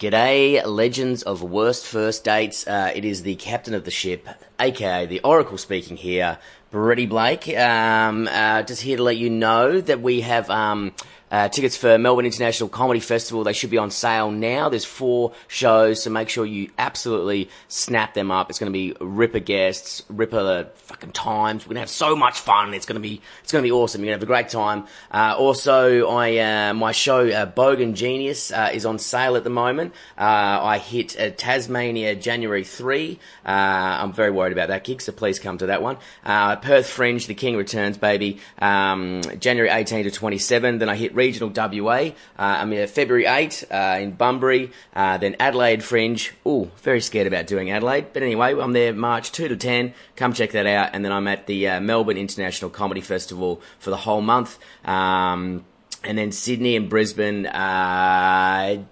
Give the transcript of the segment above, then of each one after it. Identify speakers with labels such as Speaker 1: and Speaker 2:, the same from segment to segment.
Speaker 1: G'day, legends of worst first dates. Uh, it is the captain of the ship, aka the Oracle, speaking here, Brady Blake. Um, uh, just here to let you know that we have um, uh, tickets for Melbourne International Comedy Festival. They should be on sale now. There's four shows, so make sure you absolutely snap them up. It's going to be ripper guests, ripper fucking times. We're going to have so much fun. It's going to be it's going to be awesome. You're going to have a great time. Uh, also, I uh, my show uh, Bogan Genius uh, is on sale at the moment. Uh, I hit uh, Tasmania January three. Uh, I'm very worried about that gig, so please come to that one. Uh, Perth Fringe, The King returns, baby. Um, January 18 to 27. Then I hit Regional WA. Uh, I'm here February 8 uh, in Bunbury. Uh, then Adelaide Fringe. Ooh, very scared about doing Adelaide, but anyway, I'm there March 2 to 10. Come check that out. And then I'm at the uh, Melbourne International Comedy Festival for the whole month. Um, and then Sydney and Brisbane. Uh,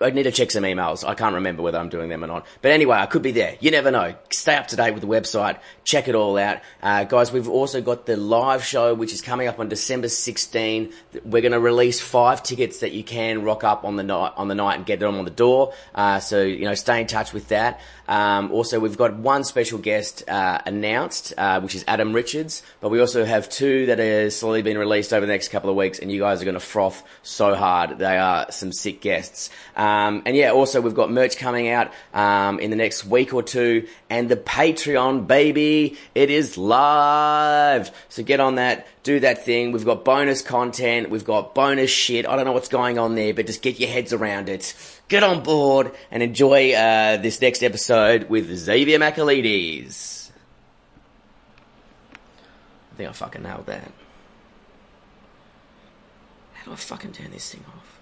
Speaker 1: I need to check some emails. I can't remember whether I'm doing them or not. But anyway, I could be there. You never know. Stay up to date with the website. Check it all out. Uh, guys, we've also got the live show, which is coming up on December 16. We're going to release five tickets that you can rock up on the night, on the night and get them on the door. Uh, so, you know, stay in touch with that. Um, also, we've got one special guest, uh, announced, uh, which is Adam Richards, but we also have two that are slowly being released over the next couple of weeks and you guys are going to froth so hard. They are some sick guests. Um, and yeah, also we've got merch coming out um, in the next week or two, and the Patreon baby, it is live. So get on that, do that thing. We've got bonus content, we've got bonus shit. I don't know what's going on there, but just get your heads around it. Get on board and enjoy uh, this next episode with Xavier Macalides. I think I fucking nailed that. How do I fucking turn this thing off?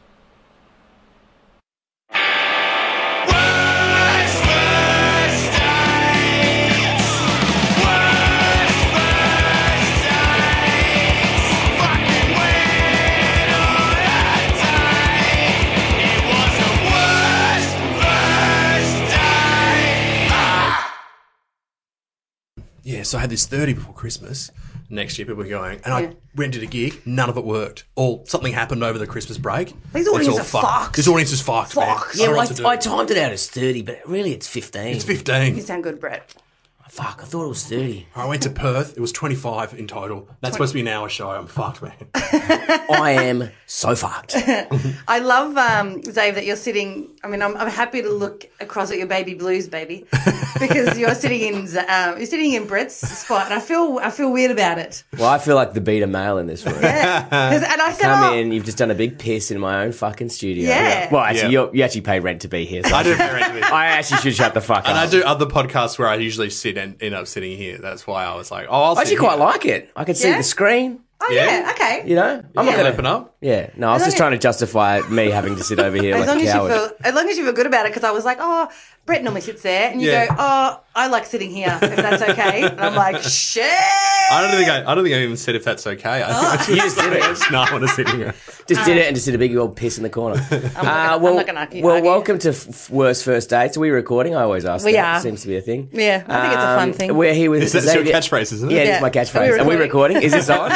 Speaker 2: Yeah, so I had this 30 before Christmas. Next year, people were going, and I went to the gig. None of it worked. All something happened over the Christmas break.
Speaker 1: These
Speaker 2: It's all
Speaker 1: audiences are fucked.
Speaker 2: This audience is fucked. man.
Speaker 1: Fuck.
Speaker 2: I
Speaker 1: Yeah,
Speaker 2: don't know
Speaker 1: well,
Speaker 2: what to do.
Speaker 1: I, I timed it out as 30, but really it's 15.
Speaker 2: it's 15.
Speaker 3: You sound good, Brett.
Speaker 1: Fuck, I thought it was 30.
Speaker 2: I went to Perth. It was 25 in total. That's supposed to be an hour show. I'm fucked, man.
Speaker 1: I am so fucked.
Speaker 3: I love, um, Zave, that you're sitting. I mean, I'm, I'm happy to look across at your baby blues, baby, because you're sitting in Z- um, you're sitting in Brett's spot, and I feel I feel weird about it.
Speaker 4: Well, I feel like the beta male in this room.
Speaker 3: 'Cause- and I said,
Speaker 4: Uh, Come
Speaker 3: oh,
Speaker 4: in, you've just done a big piss in my own fucking studio.
Speaker 3: Yeah.
Speaker 4: Well, actually,
Speaker 2: Yeah.
Speaker 4: you're, you actually pay rent to be here. So
Speaker 2: I
Speaker 4: I,
Speaker 2: do very rarely do it.
Speaker 4: actually should shut the fuck
Speaker 2: And
Speaker 4: up.
Speaker 2: I do other podcasts where I usually sit and end up sitting here. That's why I was like, oh, I'll
Speaker 4: I actually
Speaker 2: sit
Speaker 4: quite
Speaker 2: here.
Speaker 4: like it. I can see
Speaker 3: Yeah?
Speaker 4: the screen.
Speaker 3: oh
Speaker 2: Yeah.
Speaker 3: yeah, okay.
Speaker 4: You know, I'm
Speaker 2: Can
Speaker 4: not
Speaker 2: I
Speaker 4: gonna
Speaker 2: open up.
Speaker 4: Yeah, no, I was
Speaker 3: As
Speaker 4: just
Speaker 3: long
Speaker 4: trying to justify me having to sit over here
Speaker 3: As
Speaker 4: like
Speaker 3: long
Speaker 4: a
Speaker 3: as you
Speaker 4: coward.
Speaker 3: feel, as long as you feel good about it, because I was like, oh, Brett normally sits there, and you
Speaker 2: Yeah.
Speaker 3: go, oh, I like sitting here, if that's okay. and I'm like, shit.
Speaker 2: I don't think I, I don't think I even said if that's okay. I think I just did it. No, I want to sit here.
Speaker 4: just did it and just did a big old piss in the corner. uh, well,
Speaker 3: not Ah. gonna argue-
Speaker 4: well,
Speaker 3: argue.
Speaker 4: welcome to f- f- worst first dates. Are we recording? I always ask.
Speaker 3: We
Speaker 4: that.
Speaker 3: are.
Speaker 4: Seems to be a thing. Um,
Speaker 3: Yeah, I think it's a fun thing.
Speaker 4: We're here with
Speaker 2: Is that your
Speaker 4: Xavier-
Speaker 2: catchphrase, isn't it?
Speaker 4: Yeah, it
Speaker 3: Yeah.
Speaker 4: is my catchphrase.
Speaker 3: Are
Speaker 4: Are
Speaker 3: we
Speaker 4: we recording? Is this on?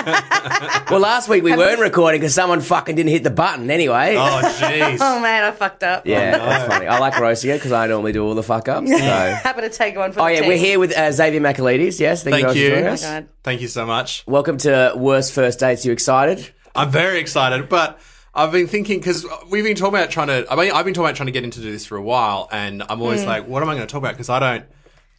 Speaker 4: well, last week we weren't recording because someone fucking didn't hit the button anyway.
Speaker 2: Oh, jeez.
Speaker 3: Oh man, I fucked up.
Speaker 4: Yeah, that's funny. I like Rocio because I normally do all the fuck ups. So.
Speaker 3: Happy to take one for
Speaker 4: Oh
Speaker 3: the
Speaker 4: yeah,
Speaker 3: team.
Speaker 4: we're here with uh, Xavier Macalides. Yes, thank,
Speaker 2: Thank
Speaker 4: you. guys
Speaker 1: Oh
Speaker 2: you.
Speaker 4: for joining us.
Speaker 3: God.
Speaker 2: Thank you so much.
Speaker 4: Welcome to Worst First Dates. You excited?
Speaker 2: I'm very excited, but I've been thinking because we've been talking about trying to. I mean, I've been talking about trying to get into this for a while, and I'm always like, what am I going to talk about? Because I don't.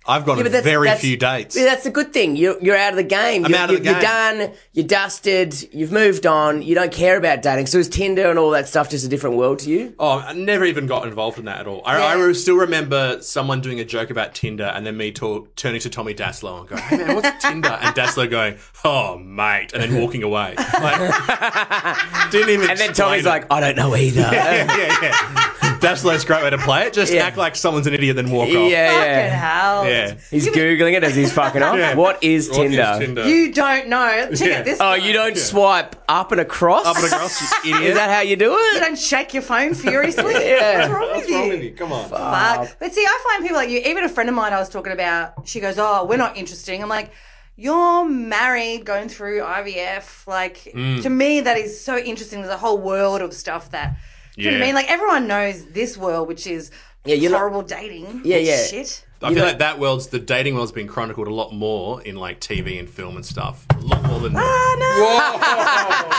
Speaker 2: I've got
Speaker 4: Yeah, but that's-
Speaker 2: very
Speaker 4: that's-
Speaker 2: few dates.
Speaker 4: Yeah, that's the good thing. You're, you're out of the game.
Speaker 2: I'm
Speaker 4: you're,
Speaker 2: out of the
Speaker 4: you're-
Speaker 2: game.
Speaker 4: You're done. You're dusted. You've moved on. You don't care about dating. So is Tinder and all that stuff just a different world to you?
Speaker 2: Oh, I never even got involved in that at all. I, I
Speaker 3: Yeah.
Speaker 2: re- still remember someone doing a joke about Tinder, and then me talk, turning to Tommy Daslow and going, "Hey man, what's Tinder?" And Daslow going, "Oh mate," and then walking away. Like, didn't even.
Speaker 4: And then
Speaker 2: explain
Speaker 4: Tommy's
Speaker 2: it.
Speaker 4: like, I don't know either. yeah,
Speaker 2: "Yeah, yeah." yeah. Daslow's a great way to play it. Just
Speaker 4: Yeah.
Speaker 2: act like someone's an idiot, then walk off.
Speaker 3: Fucking
Speaker 4: yeah.
Speaker 3: hell.
Speaker 2: Yeah.
Speaker 4: He's googling it as he's fucking off.
Speaker 2: Yeah.
Speaker 4: What is
Speaker 2: What is
Speaker 4: Tinder?
Speaker 3: You don't know. Check
Speaker 2: Yeah.
Speaker 3: out this.
Speaker 4: Oh,
Speaker 3: one.
Speaker 4: you don't swipe up and across.
Speaker 2: Up and across, you idiot.
Speaker 4: Is that how you do
Speaker 3: You
Speaker 4: it?
Speaker 3: don't shake your phone furiously.
Speaker 4: Yeah.
Speaker 3: What's wrong with
Speaker 2: What's
Speaker 3: you?
Speaker 2: wrong with you? Come on.
Speaker 3: Fuck. But see, I find people like you. Even a friend of mine I was talking about, she goes, "Oh, we're not interesting." I'm like, "You're married, going through IVF." Like to me, that is so interesting. There's a whole world of stuff that Do you know what
Speaker 2: Yeah.
Speaker 3: I mean? Like everyone knows this world, which is
Speaker 1: you're not-
Speaker 3: horrible dating.
Speaker 1: Yeah, yeah.
Speaker 3: Shit.
Speaker 2: I feel like that world's the dating world's been chronicled a lot more in like TV and film and stuff. A lot more than
Speaker 3: uh,
Speaker 4: Ah,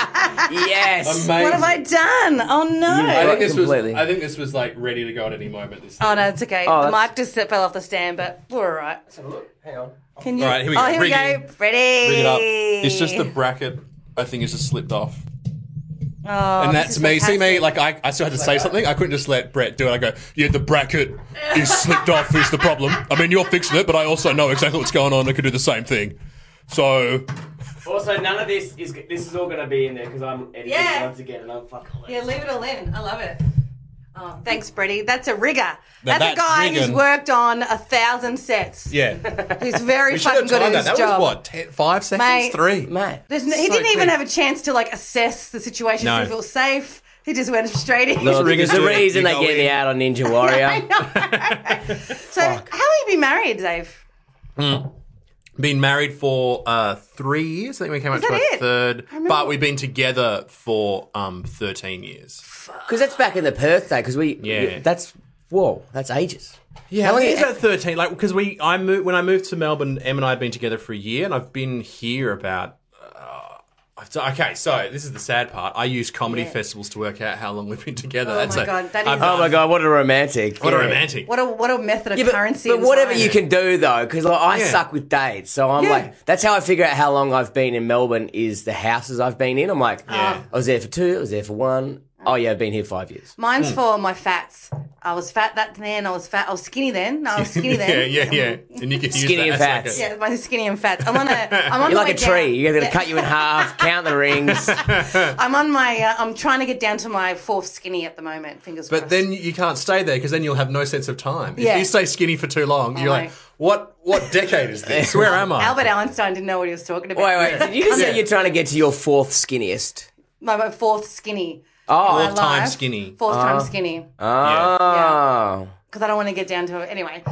Speaker 1: Yes.
Speaker 2: Amazing.
Speaker 3: What have I done?
Speaker 2: I
Speaker 3: Oh no.
Speaker 2: think this
Speaker 1: Completely.
Speaker 2: was. I think this was like ready to go at any moment. This.
Speaker 3: Oh
Speaker 2: thing.
Speaker 3: no, it's okay. the
Speaker 1: that's-
Speaker 3: mic just fell off the stand, but we're all right.
Speaker 1: Hang on.
Speaker 3: Can you?
Speaker 2: All right, here we go.
Speaker 3: Oh, here
Speaker 2: Ring
Speaker 3: we
Speaker 2: it.
Speaker 3: go. Ready.
Speaker 2: Bring it up. It's just the bracket. I think it's just slipped off.
Speaker 3: Oh,
Speaker 2: And
Speaker 3: this
Speaker 2: that's
Speaker 3: is
Speaker 2: me. See me,
Speaker 3: fantastic.
Speaker 2: like I, I still had to say something. I couldn't just let Brett do it. I go, yeah, the bracket is slipped off. Is the problem? I mean, you're fixing it, but I also know exactly what's going on. I could do the same thing. So
Speaker 5: Also, none of this is this is all going to be in there because I'm editing
Speaker 3: Yeah.
Speaker 5: once again, and I'm fucking.
Speaker 3: Yeah, leave it all in. I love it. Oh, thanks, Brady. That's a rigger. That's,
Speaker 2: that's
Speaker 3: a guy who's
Speaker 2: rigging.
Speaker 3: worked on a thousand sets.
Speaker 2: yeah,
Speaker 3: He's very fucking good at his
Speaker 2: That
Speaker 3: job.
Speaker 2: was what ten, five seconds,
Speaker 3: Mate.
Speaker 2: three.
Speaker 1: Mate.
Speaker 3: There's no, he
Speaker 2: So
Speaker 3: didn't even
Speaker 2: quick.
Speaker 3: have a chance to like assess the situation,
Speaker 2: No.
Speaker 3: see if it was safe. He just went straight in.
Speaker 1: Well,
Speaker 2: riggers
Speaker 1: there's a
Speaker 2: do it.
Speaker 1: reason
Speaker 2: You
Speaker 1: they
Speaker 2: go
Speaker 1: get
Speaker 2: in.
Speaker 1: me out on Ninja Warrior.
Speaker 3: so, how will you be married, Dave?
Speaker 2: Been married for uh, three years. I think we came out to
Speaker 3: that
Speaker 2: our
Speaker 3: it?
Speaker 2: third,
Speaker 3: remember-
Speaker 2: but we've been together for um, thirteen years.
Speaker 1: Because that's back in the Perth day. Because we,
Speaker 2: Yeah.
Speaker 1: that's whoa, that's ages.
Speaker 2: Yeah,
Speaker 1: How
Speaker 2: I
Speaker 1: long
Speaker 2: think it's
Speaker 1: you-
Speaker 2: about thirteen. Like because we, I moved when I moved to Melbourne. Em and I have been together for a year, and I've been here about. Uh, I've done- okay, so this is the sad part. I use comedy
Speaker 3: Yeah.
Speaker 2: festivals to work out how long we've been together.
Speaker 3: Oh
Speaker 2: That's
Speaker 3: my
Speaker 2: a-
Speaker 3: God, that
Speaker 2: I've
Speaker 3: is-
Speaker 2: done-
Speaker 1: Oh my god, what a romantic!
Speaker 2: What a
Speaker 1: Yeah.
Speaker 2: romantic!
Speaker 3: What a what a method of
Speaker 1: Yeah, but,
Speaker 3: currency.
Speaker 1: but
Speaker 3: and
Speaker 1: whatever
Speaker 3: time.
Speaker 1: you can do though, because like, I
Speaker 2: Yeah.
Speaker 1: suck with dates, so I'm
Speaker 2: Yeah.
Speaker 1: like, that's how I figure out how long I've been in Melbourne is the houses I've been in. I'm like,
Speaker 2: Yeah.
Speaker 1: I was there for two, I was there for one. Oh yeah, I've been here five years.
Speaker 2: Hmm.
Speaker 3: Mine's for my fats. I was fat that then. I was fat. I was skinny then. No, I was skinny
Speaker 2: yeah,
Speaker 3: then.
Speaker 2: yeah, yeah. And you can use
Speaker 1: Skinny and
Speaker 2: that as like
Speaker 1: fats.
Speaker 2: a-
Speaker 3: Yeah, my skinny and fats. I'm on a. I'm
Speaker 1: You're
Speaker 3: on the
Speaker 1: like a
Speaker 3: way down.
Speaker 1: tree. You're gonna cut you in half, count the rings.
Speaker 3: I'm on my. Uh, I'm trying to get down to my fourth skinny at the moment. Fingers
Speaker 2: But
Speaker 3: crossed.
Speaker 2: then you can't stay there because then you'll have no sense of time.
Speaker 3: Yeah. Oh
Speaker 2: If you stay skinny for too long, you're
Speaker 3: my-
Speaker 2: like, what? What decade is this? Where am I?
Speaker 3: Albert Einstein didn't know what he was talking about.
Speaker 1: Wait, wait, did you just
Speaker 2: Yeah.
Speaker 1: say you're trying to get to your fourth skinniest?
Speaker 3: My, my fourth skinny.
Speaker 1: Oh,
Speaker 3: in my
Speaker 2: Fourth time
Speaker 3: life.
Speaker 2: skinny.
Speaker 3: Fourth time skinny.
Speaker 1: oh.
Speaker 3: Because I don't want to get down to it anyway.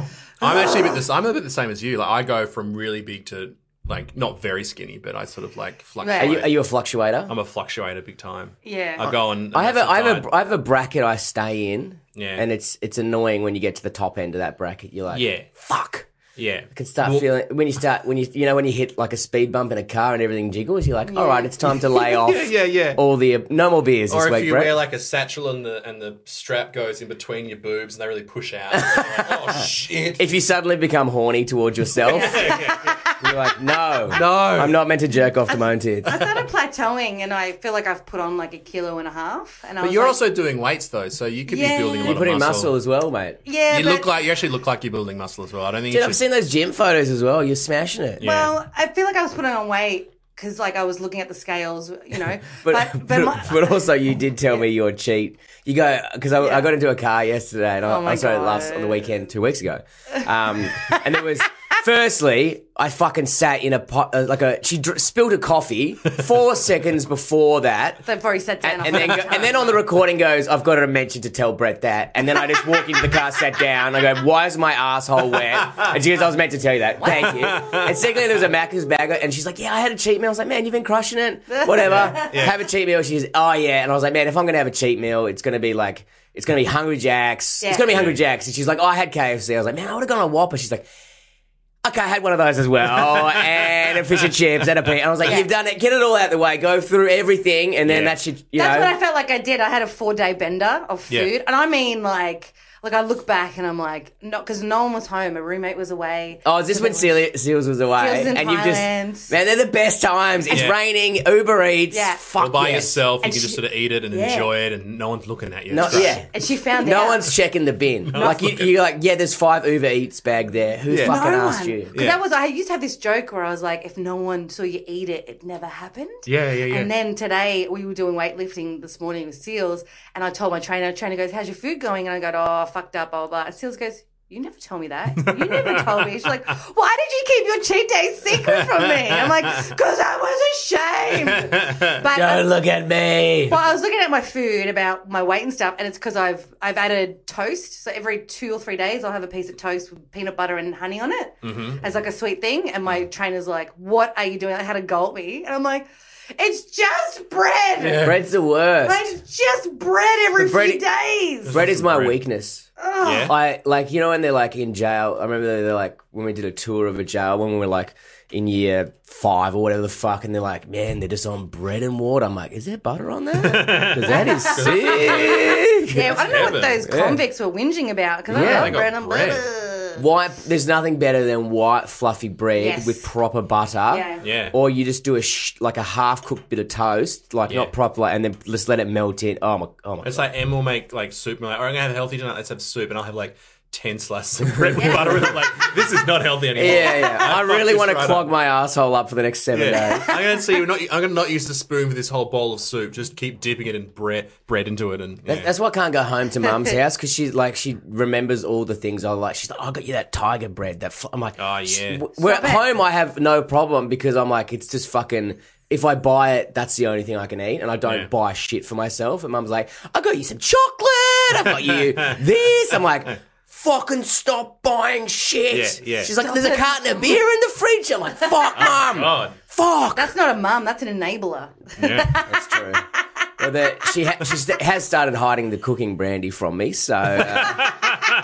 Speaker 2: I'm actually a bit the, I'm a bit the same as you. Like I go from really big to like not very skinny, but I sort of like fluctuate.
Speaker 3: Are
Speaker 1: Are you, are you a fluctuator?
Speaker 2: I'm a fluctuator big time.
Speaker 3: Yeah.
Speaker 2: I go on.
Speaker 1: I have a, I have
Speaker 2: side.
Speaker 1: a, I have a bracket I stay in.
Speaker 2: Yeah.
Speaker 1: And it's it's annoying when you get to the top end of that bracket. You're like,
Speaker 2: yeah,
Speaker 1: fuck.
Speaker 2: yeah.
Speaker 1: Can start
Speaker 2: Well-
Speaker 1: feeling when you start when you you know when you hit like a speed bump in a car and everything jiggles. You're like, all right, it's time to lay off.
Speaker 2: Yeah, yeah, yeah.
Speaker 1: All the no more beers
Speaker 2: Or
Speaker 1: this
Speaker 2: if
Speaker 1: week,
Speaker 2: you
Speaker 1: Brett.
Speaker 2: wear like a satchel and the and the strap goes in between your boobs and they really push out. And you're like, oh shit!
Speaker 1: if you suddenly become horny towards yourself, you're like, no,
Speaker 2: no,
Speaker 1: I'm not meant to jerk off to my own tits.
Speaker 3: I started plateauing and I feel like I've put on like a kilo and a half. And I
Speaker 2: But
Speaker 3: was
Speaker 2: you're
Speaker 3: like,
Speaker 2: also doing weights though, so you could
Speaker 3: Yeah.
Speaker 2: be building a lot
Speaker 1: You're
Speaker 2: of
Speaker 1: putting
Speaker 2: muscle.
Speaker 1: muscle as well, mate.
Speaker 3: yeah,
Speaker 2: you
Speaker 3: but,
Speaker 2: look like you actually look like you're building muscle as well. I don't think
Speaker 1: Dude,
Speaker 2: you
Speaker 1: I've
Speaker 2: should-
Speaker 1: seen those gym photos as well. You're smashing it.
Speaker 2: Yeah.
Speaker 3: Well, I feel like I was putting on weight because like I was looking at the scales, you know.
Speaker 1: But
Speaker 3: but
Speaker 1: but,
Speaker 3: but, my,
Speaker 1: but also you did tell me your cheat. You go because I, I
Speaker 3: Yeah.
Speaker 1: got into a car yesterday and
Speaker 3: Oh
Speaker 1: I,
Speaker 3: my
Speaker 1: I started last
Speaker 3: God.
Speaker 1: on the weekend two weeks ago, um, and there was firstly I fucking sat in a pot uh, like a she dr- spilled a coffee four seconds before that.
Speaker 3: they've already sat down.
Speaker 1: And then, go, and then on the recording goes, I've got to mention to tell Brett that. And then I just walk into the car, sat down. I go, why is my asshole wet? And she goes, I was meant to tell you that. Thank you. And secondly, there was a Macca's bag. And she's like, yeah, I had a cheat meal. I was like, man, you've been crushing it. Whatever. Have a cheat meal. She's, oh, yeah. And I was like, man, if I'm going to have a cheat meal, it's going to be like, it's going to be Hungry Jack's.
Speaker 3: Yeah.
Speaker 1: It's going to be Hungry Jack's. And she's like, oh, I had KFC. I was like, man, I would have gone on Whopper. She's like, Okay, I had one of those as well, and a fish and chips, and a pizza. And I was like, "You've done it. Get it all out the way. Go through everything, and then
Speaker 2: Yeah.
Speaker 1: that should, you
Speaker 3: That's
Speaker 1: know."
Speaker 3: what I felt like I did. I had a four day bender of food,
Speaker 2: Yeah.
Speaker 3: and I mean like. Like I look back and I'm like, no, because no one was home. A roommate was away.
Speaker 1: Oh, is this when Seal- Seals was away?
Speaker 3: Seals in
Speaker 1: and you've just
Speaker 3: Thailand.
Speaker 1: man, they're the best times. It's
Speaker 2: Yeah.
Speaker 1: raining, Uber Eats,
Speaker 3: Yeah.
Speaker 1: fuck
Speaker 2: Or by
Speaker 1: yes.
Speaker 2: yourself, you
Speaker 3: And
Speaker 2: can just
Speaker 3: she-
Speaker 2: sort of eat it and
Speaker 3: Yeah.
Speaker 2: enjoy it, and no one's looking at you.
Speaker 1: No,
Speaker 2: It's great.
Speaker 1: yeah,
Speaker 3: And she found
Speaker 1: no
Speaker 3: out.
Speaker 1: one's checking the bin. like you, you're like, yeah, there's five Uber Eats bag there. Who
Speaker 2: Yeah.
Speaker 1: fucking
Speaker 3: no
Speaker 1: asked
Speaker 3: one.
Speaker 1: you?
Speaker 3: 'Cause that was I used to have this joke where I was like, if no one saw you eat it, it never happened.
Speaker 2: Yeah, yeah, yeah.
Speaker 3: And then today we were doing weightlifting this morning with Seals, and I told my trainer. Trainer goes, "How's your food going?" And I go, "Oh, fucked up, blah blah." blah. And Seals goes, "You never told me that. You never told me." She's like, "Why did you keep your cheat day secret from me?" And I'm like, "Cause I was ashamed." But
Speaker 1: Don't look at me.
Speaker 3: well, I was looking at my food about my weight and stuff, and it's because I've I've added toast. So every two or three days, I'll have a piece of toast with peanut butter and honey on it as like a sweet thing. And my trainer's like, "What are you doing?" I had a gulp me, and I'm like, It's just bread.
Speaker 1: Bread's the worst.
Speaker 3: Like, It's just bread every
Speaker 1: bread-
Speaker 3: few days.
Speaker 1: Bread is my
Speaker 2: Bread.
Speaker 1: weakness.
Speaker 2: Yeah.
Speaker 1: I like you know when they're like in jail. I remember they're, like when we did a tour of a jail when we were like in year five or whatever the fuck, and they're like, man, they're just on bread and water. I'm like, is there butter on that? Because that is sick.
Speaker 3: Yeah, I don't know
Speaker 2: heaven.
Speaker 3: what those
Speaker 1: Yeah.
Speaker 3: convicts were whinging about because
Speaker 1: Yeah.
Speaker 3: I
Speaker 1: They
Speaker 3: love
Speaker 2: got
Speaker 3: bread and
Speaker 2: bread.
Speaker 3: butter.
Speaker 1: White. There's nothing better than white fluffy bread
Speaker 3: Yes.
Speaker 1: with proper butter.
Speaker 3: Yeah.
Speaker 2: Yeah.
Speaker 1: Or you just do a sh- like a half cooked bit of toast, like
Speaker 2: Yeah.
Speaker 1: not proper, like, and then just let it melt in. Oh my, oh my.
Speaker 2: It's like Em will make like soup and we're like, oh, I'm gonna have a healthy tonight. Let's have soup, and I'll have like ten slices of bread with butter. with it. like, this is not healthy anymore.
Speaker 1: Yeah, yeah. I,
Speaker 2: fucked
Speaker 1: really
Speaker 2: this
Speaker 1: want to
Speaker 2: right
Speaker 1: clog
Speaker 2: up.
Speaker 1: my asshole up for the next seven
Speaker 2: Yeah.
Speaker 1: days.
Speaker 2: I'm gonna see. Not, I'm gonna not use the spoon for this whole bowl of soup. Just keep dipping it in bread, bread into it, and yeah.
Speaker 1: That's why I can't go home to mum's house because she's like she remembers all the things I like. She's like, "Oh, I got you that tiger bread. That fl-. I'm like,
Speaker 2: Oh, yeah.
Speaker 1: "Shh, w- We're at
Speaker 3: Stop it.
Speaker 1: home. I have no problem because I'm like, it's just fucking. If I buy it, that's the only thing I can eat, and I don't
Speaker 2: Yeah.
Speaker 1: buy shit for myself. And mum's like, I got you some chocolate. I got you this. I'm like. Fucking stop buying shit.
Speaker 2: Yeah, Oh, yeah.
Speaker 1: She's like, there's a carton of beer in the fridge. I'm like, fuck, mum.
Speaker 2: God.
Speaker 1: Fuck.
Speaker 3: That's not a mum. That's an enabler.
Speaker 1: That's true. Well, the, she ha- she st- has started hiding the cooking brandy from me, so because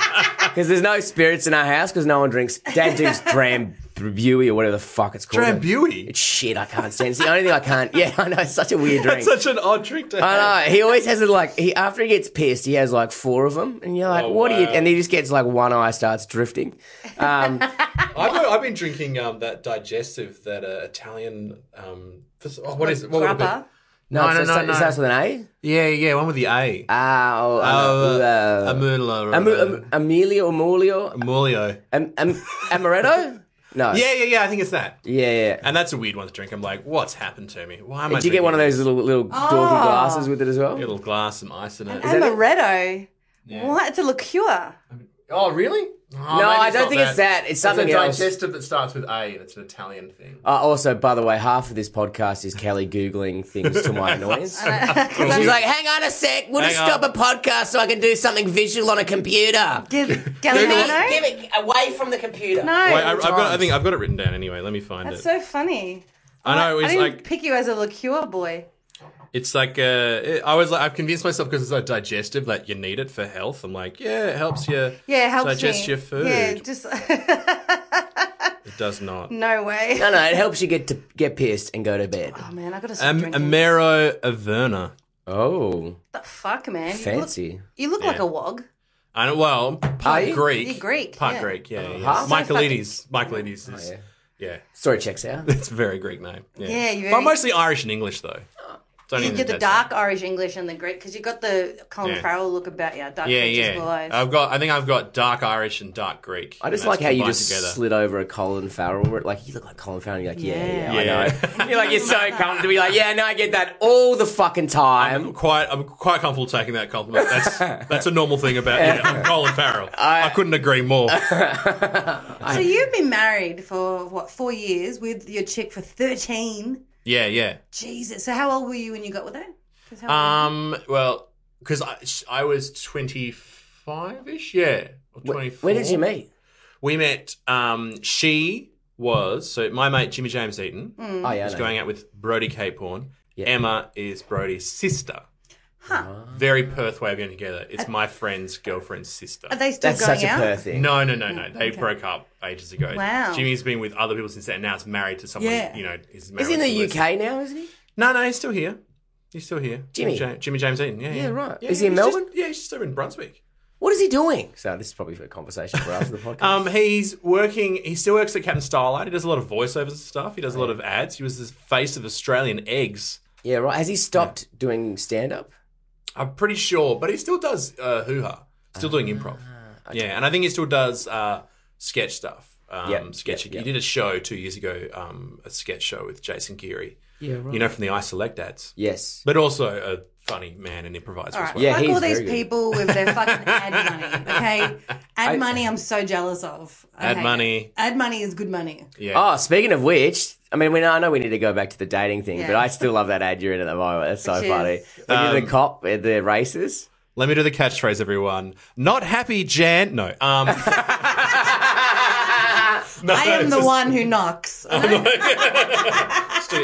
Speaker 1: there's no spirits in our house because no one drinks. Dad drinks drambuie or whatever the fuck it's called.
Speaker 2: Drambuie.
Speaker 1: It's shit. I can't stand. It's the only thing I can't. Yeah, I know. It's such a weird drink.
Speaker 2: That's such an odd drink to have.
Speaker 1: I know. He always has it like he after he gets pissed, he has like four of them, and you're like,
Speaker 2: Oh,
Speaker 1: what do you?
Speaker 2: wow.
Speaker 1: And he just gets like one eye starts drifting. Um,
Speaker 2: I've, been- I've been drinking um, that digestive, that uh, Italian. Um, this- oh, what is it? What would it be?
Speaker 3: Grappa.
Speaker 1: no, no,
Speaker 2: No, no,
Speaker 1: no,
Speaker 2: no, no.
Speaker 1: starts with an
Speaker 2: Yeah, yeah, one with the A.
Speaker 1: A. Ah, oh, uh,
Speaker 2: a Merlot.
Speaker 1: Amu- Am- Amelia or Morlio?
Speaker 2: Amulio.
Speaker 1: Am- Am- Amaretto? No.
Speaker 2: Yeah, yeah, yeah. I think it's that.
Speaker 1: Yeah, yeah.
Speaker 2: And that's a weird one to drink. I'm like, what's happened to me? Why am I?
Speaker 1: Did you get
Speaker 2: drinking
Speaker 1: one of
Speaker 2: this?
Speaker 1: those little little dorky glasses with it as well?
Speaker 2: little glass and ice in it?
Speaker 3: Amaretto. What? It's a liqueur.
Speaker 2: Oh, really?
Speaker 1: No, I don't think it's that. It's something else.
Speaker 2: that starts with A and it's an Italian thing.
Speaker 1: Uh, also, by the way, half of this podcast is Kelly googling things to my annoyance. She's like, "Hang on a sec, we'll just
Speaker 2: Hang
Speaker 1: stop
Speaker 2: on.
Speaker 1: a podcast so I can do something visual on a computer."
Speaker 3: Give
Speaker 1: Give it,
Speaker 3: Galliano.
Speaker 1: give it away from the computer.
Speaker 3: No.
Speaker 2: Wait, I, have got, I think I've got it written down anyway. Let me find
Speaker 3: that's
Speaker 2: it.
Speaker 3: so funny.
Speaker 2: I know
Speaker 3: I
Speaker 2: it's
Speaker 3: didn't
Speaker 2: like
Speaker 3: pick you as a liqueur boy.
Speaker 2: it's like uh, it- I was like I've convinced myself because it's like digestive, like you need it for health. I'm like, yeah, it helps you.
Speaker 3: Yeah, it helps
Speaker 2: digest
Speaker 3: me.
Speaker 2: your food.
Speaker 3: Yeah, just
Speaker 2: It does not.
Speaker 3: no way.
Speaker 1: No, no, it helps you get to get pissed and go to bed.
Speaker 3: Oh man, I gotta stop
Speaker 2: Am-
Speaker 3: drinking.
Speaker 2: Amaro Averna.
Speaker 1: Oh,
Speaker 3: What the fuck, man? You
Speaker 1: fancy.
Speaker 3: Look, you look like a wog.
Speaker 2: I know, well, part
Speaker 1: you?
Speaker 2: Greek.
Speaker 3: You're Greek,
Speaker 2: Part
Speaker 3: yeah.
Speaker 2: Greek, yeah. yeah.
Speaker 1: half?
Speaker 2: Michaelides. Michaelides is,
Speaker 1: Oh, yeah.
Speaker 2: yeah.
Speaker 1: Story checks out.
Speaker 2: It's a very Greek name. Yeah,
Speaker 3: Yeah, you're
Speaker 2: But
Speaker 3: very-
Speaker 2: mostly Irish and English, though. It's only
Speaker 3: You
Speaker 2: in
Speaker 3: get the
Speaker 2: dad's name.
Speaker 3: dark Irish English and the Greek because you got the Colin
Speaker 2: Yeah.
Speaker 3: Farrell look about you. Dark
Speaker 2: Yeah,
Speaker 3: features, blue
Speaker 2: yeah.
Speaker 3: eyes.
Speaker 2: I've got. I think I've got dark Irish and dark Greek.
Speaker 1: I just
Speaker 2: and
Speaker 1: like
Speaker 2: that's
Speaker 1: how you
Speaker 2: combined
Speaker 1: just
Speaker 2: together.
Speaker 1: slid over a Colin Farrell. where, Like you look like Colin Farrell. And you're like, yeah, yeah,
Speaker 2: Yeah.
Speaker 1: I know. you're like, you're so comfortable. You're like, yeah, no, I get that all the fucking
Speaker 2: I'm
Speaker 1: time.
Speaker 2: quite. I'm quite comfortable taking that compliment. That's that's a normal thing about. Yeah, I'm Colin Farrell. I, couldn't agree more.
Speaker 3: so you've been married for what four years with your chick for thirteen.
Speaker 2: Yeah, yeah.
Speaker 3: Jesus. So how old were you when you got with her? 'Cause how old were you?
Speaker 2: Um. Well, because I, I was 25 ish. Yeah. or 24.
Speaker 1: Where did you meet?
Speaker 2: We met. Um. She was so my mate Jimmy James
Speaker 3: Mm.
Speaker 2: Eaton
Speaker 1: Oh yeah, I
Speaker 2: was
Speaker 1: know.
Speaker 2: going out with Brody Capehorn. Emma is Brody's sister.
Speaker 3: Huh.
Speaker 2: Very Perth way of getting together. It's my friend's girlfriend's sister.
Speaker 3: Are they still
Speaker 1: That's
Speaker 3: going
Speaker 1: such a
Speaker 3: out?
Speaker 1: Perth thing.
Speaker 2: No, no, no, no. They broke up ages ago.
Speaker 3: Wow.
Speaker 2: Jimmy's been with other people since then. Now it's married to someone.
Speaker 3: Yeah.
Speaker 2: You know, he's married.
Speaker 1: He's in
Speaker 2: to
Speaker 1: the
Speaker 2: Liz.
Speaker 1: UK now, isn't he?
Speaker 2: No, no, he's still here. He's still here.
Speaker 1: Jimmy.
Speaker 2: Ja- Jimmy James Eaton. Yeah, yeah,
Speaker 1: right. Is he in
Speaker 2: he's just-
Speaker 1: Melbourne?
Speaker 2: yeah, he's just over in Brunswick.
Speaker 1: What is he doing? So this is probably for a conversation for after the podcast.
Speaker 2: Um, he's working. He still works at Captain Starlight. He does a lot of voiceovers and stuff. He does a lot of ads. He was the face of Australian Eggs.
Speaker 1: yeah, right. Has he stopped doing stand up?
Speaker 2: I'm pretty sure, but he still does uh, hoo ha. Still doing
Speaker 1: Ah,
Speaker 2: improv. Yeah, and I think he still does uh, sketch stuff. Um,
Speaker 1: Yep,
Speaker 2: sketch.
Speaker 1: yep, yep.
Speaker 2: He did a show two years ago, um, a sketch show with Jason Geary.
Speaker 1: Yeah, right.
Speaker 2: You know from the I Select ads,
Speaker 1: Yes.
Speaker 2: but also a funny man and improviser as
Speaker 3: All right.
Speaker 2: well.
Speaker 1: Yeah,
Speaker 3: Fuck
Speaker 1: he's
Speaker 3: all these
Speaker 1: very good.
Speaker 3: people with their fucking ad money. Okay, ad money. I'm so jealous of. I
Speaker 2: Ad
Speaker 3: hate
Speaker 2: money.
Speaker 3: it. Ad money is good money.
Speaker 2: Yeah.
Speaker 1: Oh, speaking of which, I mean, we know, I know we need to go back to the dating thing, but
Speaker 3: Yeah.
Speaker 1: I still love that ad you're in at the moment. That's so
Speaker 3: Which is-
Speaker 1: funny. When you're
Speaker 2: Um,
Speaker 1: the cop at the races.
Speaker 2: Let me do the catchphrase, everyone. Not happy, Jan. No. Um,
Speaker 3: I am the one who knocks.
Speaker 2: did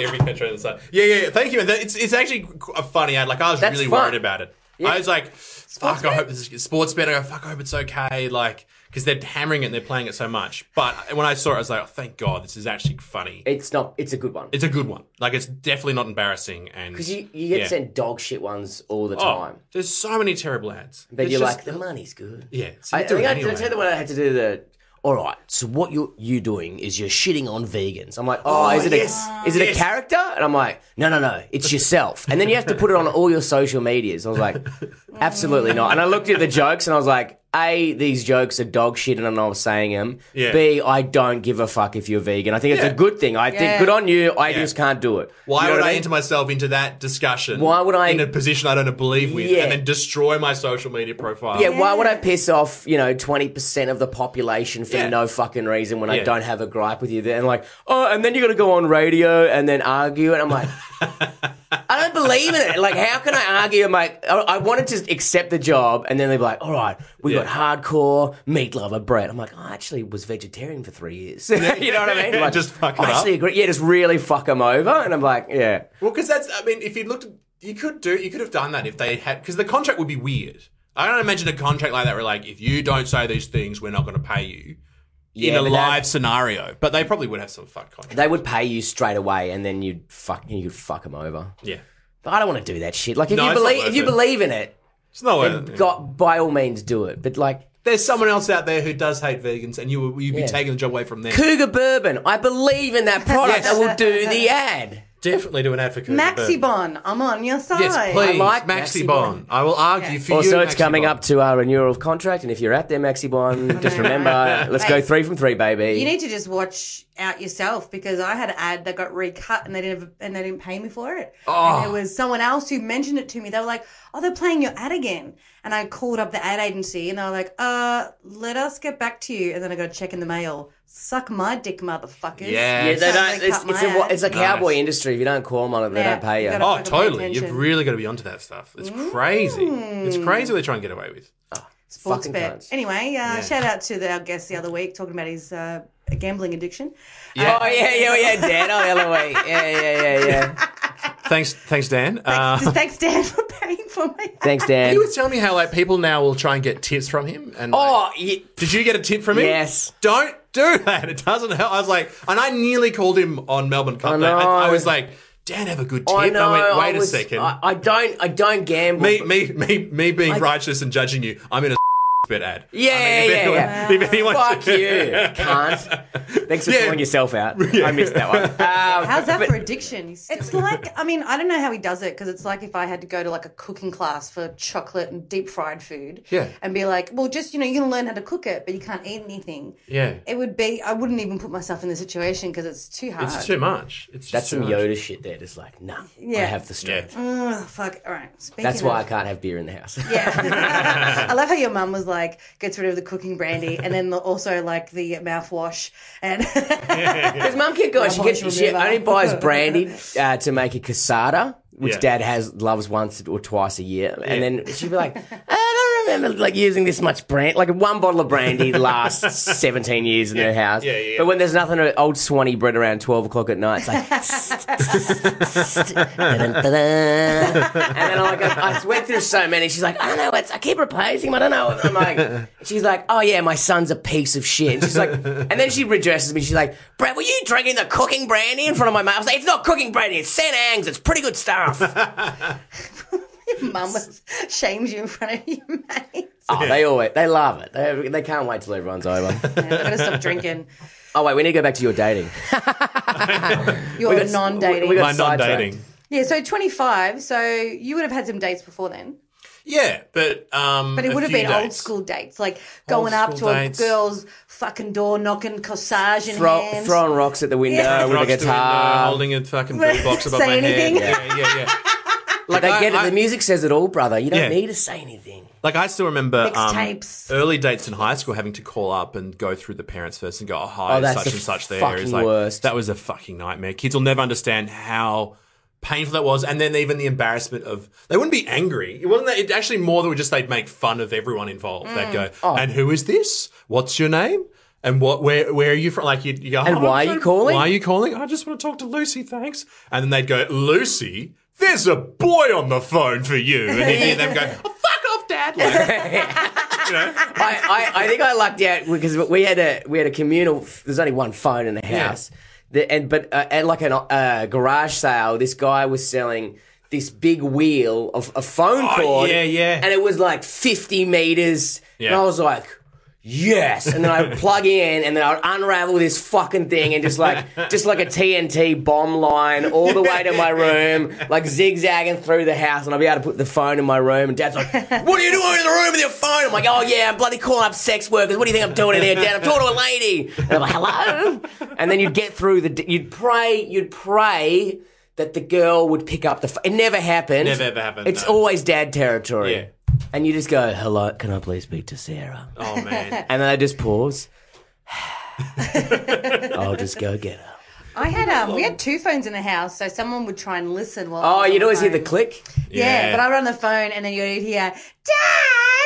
Speaker 2: every picture on the side. Yeah, yeah, yeah, thank you. And that- It's, it's actually qu- a funny ad. Like, I was
Speaker 1: That's
Speaker 2: really
Speaker 1: fun.
Speaker 2: worried about it. I was like, fuck, I hope this is sports bet. I go, fuck, I hope it's okay. Like, because they're hammering it and they're playing it so much. But when I saw it, I was like, oh, thank God, this is actually funny.
Speaker 1: It's not. It's a good one.
Speaker 2: It's a good one. Like, it's definitely not embarrassing. And
Speaker 1: Because you, you get
Speaker 2: yeah.
Speaker 1: sent dog shit ones all the
Speaker 2: Oh,
Speaker 1: time.
Speaker 2: there's so many terrible ads.
Speaker 1: But
Speaker 2: It's
Speaker 1: you're
Speaker 2: just-
Speaker 1: like, the money's good.
Speaker 2: yeah. So
Speaker 1: I,
Speaker 2: you
Speaker 1: I
Speaker 2: do
Speaker 1: think
Speaker 2: it
Speaker 1: I did I
Speaker 2: anyway.
Speaker 1: tell you the one I had to do the. All right, so what you you doing is you're shitting on vegans. I'm like, oh, is it a is it
Speaker 2: yes.
Speaker 1: a character? And I'm like, no, no, no, it's yourself. And then you have to put it on all your social medias. I was like, absolutely not. And I looked at the jokes and I was like, a these jokes are dog shit, and I know I was saying them.
Speaker 2: Yeah.
Speaker 1: B I don't give a fuck if you're vegan. I think it's
Speaker 2: Yeah.
Speaker 1: a good thing. I
Speaker 3: Yeah.
Speaker 1: think good on you. I
Speaker 2: Yeah.
Speaker 1: just can't do it.
Speaker 2: Why
Speaker 1: You know
Speaker 2: would
Speaker 1: what
Speaker 2: I
Speaker 1: mean?
Speaker 2: enter myself into that discussion?
Speaker 1: Why would I-
Speaker 2: in a position I don't believe with,
Speaker 1: Yeah.
Speaker 2: and then destroy my social media profile?
Speaker 1: Yeah, why would I piss off, you know, 20% of the population for
Speaker 2: Yeah.
Speaker 1: no fucking reason when
Speaker 2: Yeah.
Speaker 1: I don't have a gripe with you? Then, like, oh, and then you're going to go on radio and then argue. And I'm like, I don't believe in it. Like, how can I argue? I'm like, I, I wanted to accept the job. And then they'd be like, all right, we
Speaker 2: Yeah.
Speaker 1: got hardcore meat lover Brett. I'm like, I actually was vegetarian for three years. you know what I mean? Like,
Speaker 2: Just fuck
Speaker 1: I
Speaker 2: it up.
Speaker 1: actually agree. Yeah, just really fuck them over. And I'm like, yeah.
Speaker 2: Well, because that's I mean, if you looked, at, you could do, you could have done that if they had, because the contract would be weird. I don't imagine a contract like that where like if you don't say these things, we're not going to pay you
Speaker 1: Yeah,
Speaker 2: in a
Speaker 1: but that-
Speaker 2: live scenario. But they probably would have some fuck contract.
Speaker 1: They would pay you straight away and then you'd fuck, you'd fuck them over.
Speaker 2: yeah,
Speaker 1: But I don't want to do that shit. Like if
Speaker 2: No,
Speaker 1: you
Speaker 2: it's not
Speaker 1: believe
Speaker 2: worth
Speaker 1: if you
Speaker 2: it.
Speaker 1: believe in it,
Speaker 2: it's not
Speaker 1: then
Speaker 2: worth it.
Speaker 1: God, by all means do it. But like
Speaker 2: There's someone else out there who does hate vegans, and you would- you'd be
Speaker 1: Yeah.
Speaker 2: taking the job away from them.
Speaker 1: Cougar Bourbon, I believe in that product. I will do the ad.
Speaker 2: Definitely do an advocate.
Speaker 3: Maxi Bon, I'm on your side.
Speaker 2: Yes, please.
Speaker 1: like
Speaker 2: Maxi
Speaker 1: Maxi
Speaker 2: Bon. I will argue
Speaker 3: Yeah.
Speaker 2: for you.
Speaker 1: Also, it's
Speaker 2: Maxi
Speaker 1: coming
Speaker 2: Bon.
Speaker 1: up to our renewal of contract, and if you're out there, Maxi Bond, just
Speaker 3: no,
Speaker 1: remember, let's go
Speaker 3: Hey.
Speaker 1: three from three, baby.
Speaker 3: You need to just watch out yourself because I had an ad that got recut and they didn't and they didn't pay me for it. And
Speaker 2: Oh.
Speaker 3: there was someone else who mentioned it to me. They were like, "Oh, they're playing your ad again." And I called up the ad agency and they were like, "Uh, let us get back to you." And then I got a check in the mail. Suck my dick, motherfuckers.
Speaker 2: Yeah.
Speaker 1: yeah, they
Speaker 3: So
Speaker 1: don't,
Speaker 3: they
Speaker 1: it's,
Speaker 3: cut
Speaker 1: it's,
Speaker 3: my
Speaker 1: a,
Speaker 3: ad.
Speaker 1: it's a
Speaker 2: Nice.
Speaker 1: cowboy industry. If you don't call them on it, they
Speaker 3: Yeah,
Speaker 1: don't pay you.
Speaker 3: you gotta-
Speaker 2: Oh,
Speaker 3: Fucking pay
Speaker 2: totally. You've
Speaker 3: attention. Mm.
Speaker 2: really got to be onto that stuff. It's crazy. It's crazy what they try and get away with.
Speaker 3: Sports
Speaker 1: Fucking
Speaker 3: bet.
Speaker 1: cunts.
Speaker 3: Anyway, uh, shout out to the, our guest the other week talking about his uh, gambling addiction.
Speaker 1: Oh, yeah, yeah, yeah, Dan. Oh, Eloise. Yeah, yeah, yeah, yeah.
Speaker 2: Thanks, thanks, Dan. Uh,
Speaker 3: Just thanks, Dan, for paying for me.
Speaker 1: Thanks, Dan.
Speaker 2: you were telling me how like people now will try and get tips from him. And
Speaker 1: Oh,
Speaker 2: like-
Speaker 1: ye-
Speaker 2: did you get a tip from him?
Speaker 1: Yes.
Speaker 2: Don't do that. It doesn't help. I was like, and I nearly called him on Melbourne Cup.
Speaker 1: I
Speaker 2: Day. I, I
Speaker 1: know.
Speaker 2: was like, Dan, have a good tip.
Speaker 1: I
Speaker 2: And
Speaker 1: know.
Speaker 2: I went,
Speaker 1: I
Speaker 2: wait
Speaker 1: was-
Speaker 2: a second.
Speaker 1: I, I don't. I don't gamble.
Speaker 2: me, me, me, me being righteous and judging you. I'm in a bit ad.
Speaker 1: Yeah,
Speaker 2: if
Speaker 1: yeah,
Speaker 2: anyone,
Speaker 1: yeah.
Speaker 2: If anyone
Speaker 1: Fuck you, cunt. Thanks for
Speaker 2: Yeah.
Speaker 1: calling yourself out. I missed that one. Um,
Speaker 3: How's that
Speaker 1: but-
Speaker 3: for addiction? It's like, I mean, I don't know how he does it because it's like if I had to go to like a cooking class for chocolate and deep fried food
Speaker 2: Yeah.
Speaker 3: and be like, well, just, you know, you're going to learn how to cook it, but you can't eat anything.
Speaker 2: Yeah.
Speaker 3: It would be, I wouldn't even put myself in the situation because it's too hard.
Speaker 2: It's too much. It's just
Speaker 1: That's
Speaker 2: too
Speaker 1: some
Speaker 2: much.
Speaker 1: Yoda shit there. Just like, nah,
Speaker 3: Yeah.
Speaker 1: I have the
Speaker 2: Yeah.
Speaker 1: strength.
Speaker 3: Ugh, fuck. All right. Speaking
Speaker 1: That's why I
Speaker 3: of-
Speaker 1: can't have beer in the house.
Speaker 3: Yeah. I love how your mum was like, gets rid of the cooking brandy and then the, also like the mouthwash. And
Speaker 1: Because mum kept going. She,
Speaker 3: My
Speaker 1: kept,
Speaker 3: voice
Speaker 1: she
Speaker 3: will never-
Speaker 1: only buys brandy uh, to make a casada, which
Speaker 2: Yeah.
Speaker 1: dad has loves once or twice a year. And
Speaker 2: Yeah.
Speaker 1: then she'd be like, I don't remember like using this much brandy. Like one bottle of brandy lasts 17 years in their house.
Speaker 2: Yeah, yeah, yeah.
Speaker 1: But when there's nothing, uh, old Swanee bread around 12 o'clock at night, it's like, and then I'm like, I, I went through so many. She's like, I don't know. It's, I keep replacing him. I don't know. I'm like, she's like, oh yeah, my son's a piece of shit. And she's like, and then she redresses me. She's like, Brad, were you drinking the cooking brandy in front of my mouth? I was like, it's not cooking brandy. It's St. Angs. It's pretty good stuff.
Speaker 3: your mum was, shames you in front of your mates.
Speaker 1: oh, they always, they love it. They, they can't wait till everyone's over.
Speaker 3: I'm going to stop drinking.
Speaker 1: oh wait, we need to go back to your dating.
Speaker 3: You're non dating.
Speaker 1: we got-
Speaker 2: My non-dating.
Speaker 3: Yeah, so 25. So you would have had some dates before then.
Speaker 2: Yeah, but um,
Speaker 3: But it
Speaker 2: a
Speaker 3: would have
Speaker 2: few
Speaker 3: been old
Speaker 2: dates.
Speaker 3: school dates, like going up to
Speaker 2: school dates.
Speaker 3: a girl's fucking door, knocking corsage in
Speaker 1: Throw,
Speaker 3: hands.
Speaker 1: throwing rocks at the window
Speaker 3: Yeah.
Speaker 1: with a
Speaker 2: Rocks to window,
Speaker 1: guitar.
Speaker 2: holding a fucking boot box above
Speaker 3: Say
Speaker 2: my
Speaker 3: anything.
Speaker 2: head. Yeah, yeah, yeah.
Speaker 1: Like I get it.
Speaker 2: I-
Speaker 1: the music says it all, brother. You don't
Speaker 2: Yeah.
Speaker 1: need to say anything.
Speaker 2: Like I still remember um,
Speaker 3: Mixtapes.
Speaker 2: early dates in high school having to call up and go through the parents first and go, "Oh, hi,
Speaker 1: Oh, that's
Speaker 2: such
Speaker 1: the
Speaker 2: and such." There
Speaker 1: fucking
Speaker 2: It's like
Speaker 1: worst.
Speaker 2: that was a fucking nightmare. Kids will never understand how painful that was, and then even the embarrassment of they wouldn't be angry. It wasn't that. It
Speaker 1: Mm. Oh.
Speaker 2: actually more than just they'd make fun of everyone involved. They'd go, "And who is this? What's your name?" And what? Where? Where are you from? Like you, you go.
Speaker 1: And
Speaker 2: "Oh,
Speaker 1: why
Speaker 2: I'm
Speaker 1: are you
Speaker 2: so-
Speaker 1: calling?"
Speaker 2: Why are you calling? I just want to talk to Lucy, thanks. And then they'd go, Lucy, there's a boy on the phone for you. And you hear them go, oh, fuck off, Dad. Like, you know?
Speaker 1: I, I, I think I lucked out because we had a we had a communal. There's only one phone in the house, The- and but uh, at like a uh, garage sale, this guy was selling this big wheel of a phone
Speaker 2: Oh,
Speaker 1: cord.
Speaker 2: yeah, yeah.
Speaker 1: and it was like 50 meters, and
Speaker 2: Yeah.
Speaker 1: I was like. Yes, and then I would plug in, and then I would unravel this fucking thing, and just like, just like a TNT bomb line all the way to my room, like zigzagging through the house, and I'd be able to put the phone in my room. And Dad's like, "What are you doing in the room with your phone?" I'm like, "Oh yeah, I'm bloody calling up sex workers. What do you think I'm doing in here, Dad? I'm talking to a lady." And I'm like, "Hello," and then you'd get through the, d- you'd pray, you'd pray that the girl would pick up the. F- it never happened.
Speaker 2: Never, ever happened,
Speaker 1: It's
Speaker 2: no.
Speaker 1: always dad territory.
Speaker 2: Yeah.
Speaker 1: And you just go, "Hello, can I please speak to Sarah?"
Speaker 2: Oh man.
Speaker 1: And then I just pause. I'll just go get her.
Speaker 3: I had um, we had two phones in the house, so someone would try and listen while. I
Speaker 1: Oh,
Speaker 3: was on
Speaker 1: you'd always hear the
Speaker 3: phone.
Speaker 1: click.
Speaker 3: Yeah,
Speaker 2: Yeah.
Speaker 3: but I would on the phone, and then you'd hear,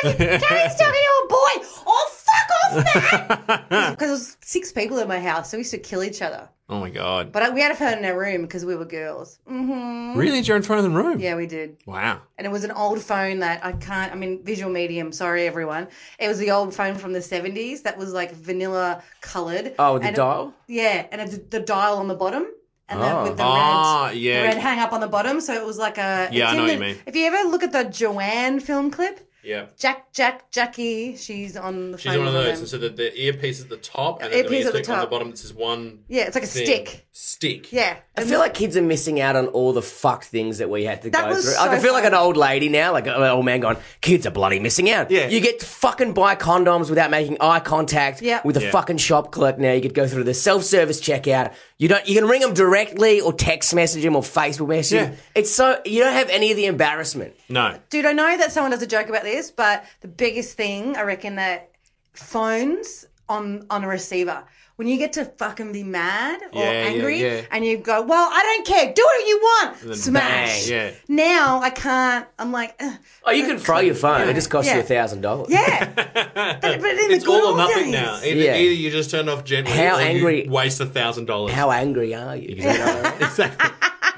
Speaker 3: "Dad, Daddy's talking to a boy." Oh, fuck off, man! Because it was six people in my house, so we used to kill each other.
Speaker 2: Oh my god.
Speaker 3: But I, we had a phone in our room because we were girls. Mm,
Speaker 2: really? You're in front of the room.
Speaker 3: Yeah, we did.
Speaker 2: Wow.
Speaker 3: and it was an old phone that I can't. I mean, visual medium. Sorry, everyone. It was the old phone from the seventies that was like vanilla coloured.
Speaker 1: Oh, with the
Speaker 3: And it-
Speaker 1: dial?
Speaker 3: yeah, and it, the dial on the bottom, and then with the
Speaker 2: Ah,
Speaker 3: red,
Speaker 2: yeah.
Speaker 3: the red hang up on the bottom. So it was like a.
Speaker 2: Yeah,
Speaker 3: it's
Speaker 2: I
Speaker 3: in
Speaker 2: know what
Speaker 3: the-
Speaker 2: you mean.
Speaker 3: If you ever look at the Joanne film clip,
Speaker 2: Yeah.
Speaker 3: Jack, Jack, Jackie, she's on the
Speaker 2: She's
Speaker 3: phone.
Speaker 2: one of
Speaker 3: with
Speaker 2: those.
Speaker 3: them.
Speaker 2: And so the, the earpiece at the top, and
Speaker 3: Earpiece
Speaker 2: the
Speaker 3: at the
Speaker 2: earstick on the
Speaker 3: top.
Speaker 2: bottom. It's just one
Speaker 3: Yeah, it's like a
Speaker 2: thing.
Speaker 3: stick.
Speaker 2: Stick.
Speaker 3: Yeah,
Speaker 1: I feel like kids are missing out on all the fuck things that we had to
Speaker 3: That
Speaker 1: go
Speaker 3: was
Speaker 1: through.
Speaker 3: so
Speaker 1: Like, I feel like an
Speaker 3: fun.
Speaker 1: old lady now, like an old man going, kids are bloody missing out.
Speaker 2: Yeah.
Speaker 1: You get to fucking buy condoms without making eye contact
Speaker 3: Yeah.
Speaker 1: with a
Speaker 2: Yeah.
Speaker 1: fucking shop clerk now. You could go through the self-service checkout. You don't, you can ring them directly or text message them or Facebook message them.
Speaker 2: Yeah.
Speaker 1: It's so, you don't have any of the embarrassment.
Speaker 2: No.
Speaker 3: Dude, I know that someone does a joke about this, but the biggest thing I reckon that phones on on a receiver. When you get to fucking be mad or
Speaker 2: Yeah, yeah,
Speaker 3: angry
Speaker 2: yeah.
Speaker 3: and you go, Well, I don't care, do what you want.
Speaker 2: bang,
Speaker 3: Smash.
Speaker 2: yeah.
Speaker 3: Now I can't I'm like Ugh.
Speaker 1: Oh, you can throw your phone. It just costs you
Speaker 3: Yeah.
Speaker 1: a thousand dollars.
Speaker 3: Yeah. but, but in
Speaker 2: It's
Speaker 3: the good
Speaker 2: all or
Speaker 3: old
Speaker 2: nothing
Speaker 3: days,
Speaker 2: now. Either,
Speaker 1: Yeah.
Speaker 2: either you just turn off gently,
Speaker 1: How
Speaker 2: or you
Speaker 1: angry-
Speaker 2: waste a thousand dollars.
Speaker 1: How angry are you? You know?
Speaker 2: Exactly.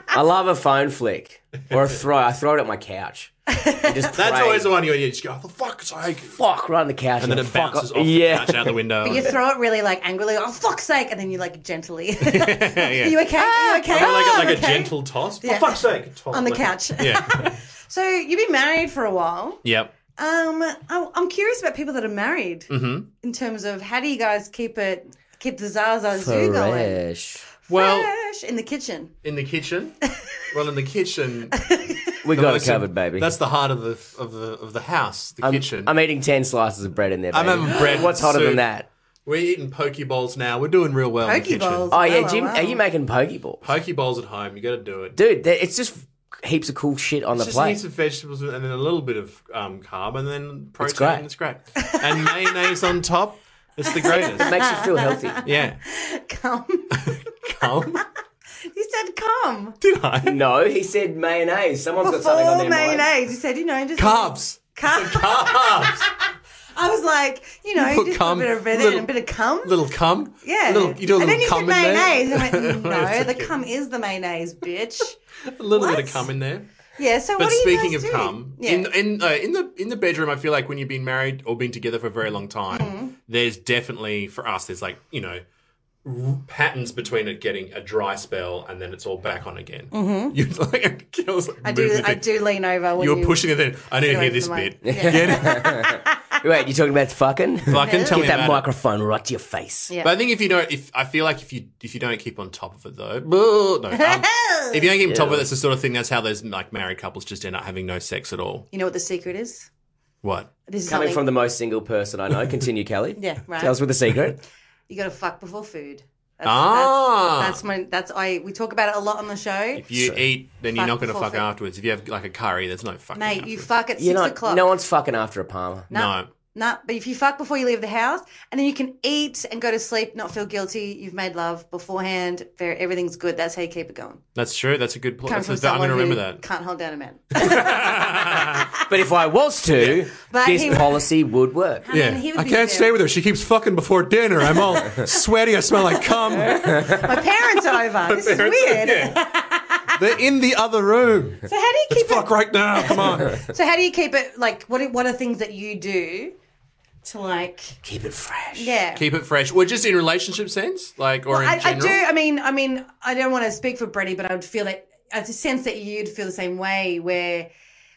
Speaker 1: I love a phone flick or a throw. I throw it at my couch. And just
Speaker 2: That's
Speaker 1: pray.
Speaker 2: always the one you you just go, for fuck's sake.
Speaker 1: fuck right on the couch,
Speaker 2: And then it
Speaker 1: fuck
Speaker 2: bounces
Speaker 1: off.
Speaker 2: off
Speaker 1: yeah.
Speaker 2: the couch out the window.
Speaker 3: You throw it really like angrily, oh fuck's sake, and then you like gently. Are you okay? Are you okay?
Speaker 2: Or like, a- like
Speaker 3: I'm
Speaker 2: a
Speaker 3: okay.
Speaker 2: gentle toss. For
Speaker 3: Yeah.
Speaker 2: fuck's sake. Toss.
Speaker 3: on the
Speaker 2: Like-
Speaker 3: couch.
Speaker 2: Yeah.
Speaker 3: so you've been married for a while.
Speaker 2: yep.
Speaker 3: Um, I, I'm curious about people that are married
Speaker 2: Mm-hmm.
Speaker 3: in terms of how do you guys keep it, keep the Zaza Zoo going?
Speaker 1: Fresh.
Speaker 2: Well,
Speaker 3: Fresh in the kitchen.
Speaker 2: in the kitchen. Well, in the kitchen.
Speaker 1: We got it
Speaker 2: that's-
Speaker 1: covered, baby.
Speaker 2: That's the heart of the of the of the house. The kitchen.
Speaker 1: I'm eating ten slices of bread in there.
Speaker 2: I'm
Speaker 1: baby.
Speaker 2: having bread
Speaker 1: What's
Speaker 2: and
Speaker 1: hotter
Speaker 2: soup.
Speaker 1: than that?
Speaker 2: We're eating poke bowls now. We're doing real well. in the
Speaker 3: Poke
Speaker 2: kitchen.
Speaker 3: bowls.
Speaker 1: Oh yeah,
Speaker 3: Wow,
Speaker 1: Jim,
Speaker 3: wow.
Speaker 1: are you making pokeball,
Speaker 2: Poke bowls at home. You got to do it.
Speaker 1: dude? there- It's just heaps of cool shit on the
Speaker 2: Just
Speaker 1: plate.
Speaker 2: need some vegetables and then a little bit of um, carb and then protein.
Speaker 1: great.
Speaker 2: and It's great. And mayonnaise on top. It's the greatest.
Speaker 1: Makes you feel healthy.
Speaker 2: Yeah.
Speaker 3: Come.
Speaker 2: Come.
Speaker 3: you said come.
Speaker 2: Did I?
Speaker 1: No, he said mayonnaise. Someone's got something on
Speaker 3: Full
Speaker 1: their mind.
Speaker 3: mayonnaise. You said, you know, just
Speaker 2: Carbs.
Speaker 3: Cum.
Speaker 2: Carbs.
Speaker 3: I was like, you know,
Speaker 2: put
Speaker 3: just
Speaker 2: cum,
Speaker 3: a bit of bread
Speaker 2: little-
Speaker 3: and a bit of cum.
Speaker 2: Little cum.
Speaker 3: yeah.
Speaker 2: Little, you do a
Speaker 3: and then
Speaker 2: little
Speaker 3: you said
Speaker 2: cum in there.
Speaker 3: mayonnaise. I went, "Mm, no,
Speaker 2: It's
Speaker 3: the
Speaker 2: okay.
Speaker 3: cum is the mayonnaise, bitch.
Speaker 2: A little bit of
Speaker 3: What?
Speaker 2: cum in there.
Speaker 3: Yeah, so
Speaker 2: But
Speaker 3: what do you
Speaker 2: speaking
Speaker 3: guys
Speaker 2: of
Speaker 3: do?
Speaker 2: cum,
Speaker 3: yeah.
Speaker 2: in in uh, in the in the bedroom, I feel like when you've been married or been together for a very long time,
Speaker 3: Mm-hmm.
Speaker 2: there's definitely for us, there's like you know r- patterns between it getting a dry spell and then it's all back on again. Mm-hmm. You like kills. Like,
Speaker 3: I do, I do lean over when
Speaker 2: You're
Speaker 3: you
Speaker 2: pushing it. Then I need to
Speaker 3: away
Speaker 2: hear
Speaker 3: from
Speaker 2: this
Speaker 3: the
Speaker 2: bit.
Speaker 3: mic.
Speaker 1: Wait, you talking about fucking?
Speaker 2: Fucking tell me
Speaker 1: Get that
Speaker 2: about it.
Speaker 1: microphone right to your face.
Speaker 3: Yeah.
Speaker 2: But I think if you don't, if I feel like if you if you don't keep on top of it though, no, um, if you don't keep on top of it, it's the sort of thing. That's how those like married couples just end up having no sex at all.
Speaker 3: You know what the secret is?
Speaker 2: What?
Speaker 3: This is
Speaker 1: Coming
Speaker 3: something-
Speaker 1: from the most single person I know. Continue, Kelly.
Speaker 3: Yeah, right.
Speaker 1: Tell us with the secret.
Speaker 3: You got to fuck before food. That's,
Speaker 2: Ah.
Speaker 3: that's, that's my. That's I. We talk about it a lot on the show,
Speaker 2: If you eat, then you're
Speaker 3: Fuck
Speaker 2: not going to
Speaker 3: before
Speaker 2: fuck
Speaker 3: food.
Speaker 2: afterwards. If you have like a curry, there's no fucking.
Speaker 3: mate. You
Speaker 2: afterwards.
Speaker 3: fuck at
Speaker 1: You're
Speaker 3: six
Speaker 1: not.
Speaker 3: o'clock.
Speaker 1: No one's fucking after a Palmer.
Speaker 2: No.
Speaker 3: Nah, but if you fuck before you leave the house, and then you can eat and go to sleep, not feel guilty. You've made love beforehand. Fair, everything's good. That's how you keep it going.
Speaker 2: That's true. That's a good point.
Speaker 3: Coming
Speaker 2: That's
Speaker 3: from
Speaker 2: a, I'm
Speaker 3: someone
Speaker 2: going to remember
Speaker 3: who
Speaker 2: that.
Speaker 3: can't hold down a man.
Speaker 1: But if I was to,
Speaker 3: But
Speaker 1: this
Speaker 3: he-
Speaker 1: policy would work.
Speaker 3: I mean,
Speaker 2: Yeah,
Speaker 3: he would
Speaker 2: I
Speaker 3: be
Speaker 2: can't
Speaker 3: there.
Speaker 2: stay with her. She keeps fucking before dinner. I'm all sweaty. I smell like cum.
Speaker 3: My parents are over. this is weird.
Speaker 2: They're in the other room.
Speaker 3: So how do you keep
Speaker 2: Fuck
Speaker 3: it?
Speaker 2: right now. Come on.
Speaker 3: So how do you keep it? Like, what? are- What are things that you do to like?
Speaker 1: Keep it fresh.
Speaker 3: Yeah.
Speaker 2: Keep it fresh. Well, just in relationship sense, like or in
Speaker 3: I, I
Speaker 2: general.
Speaker 3: do. I mean, I mean, I don't want to speak for Bretty, but I would feel that I just sense that you'd feel the same way, where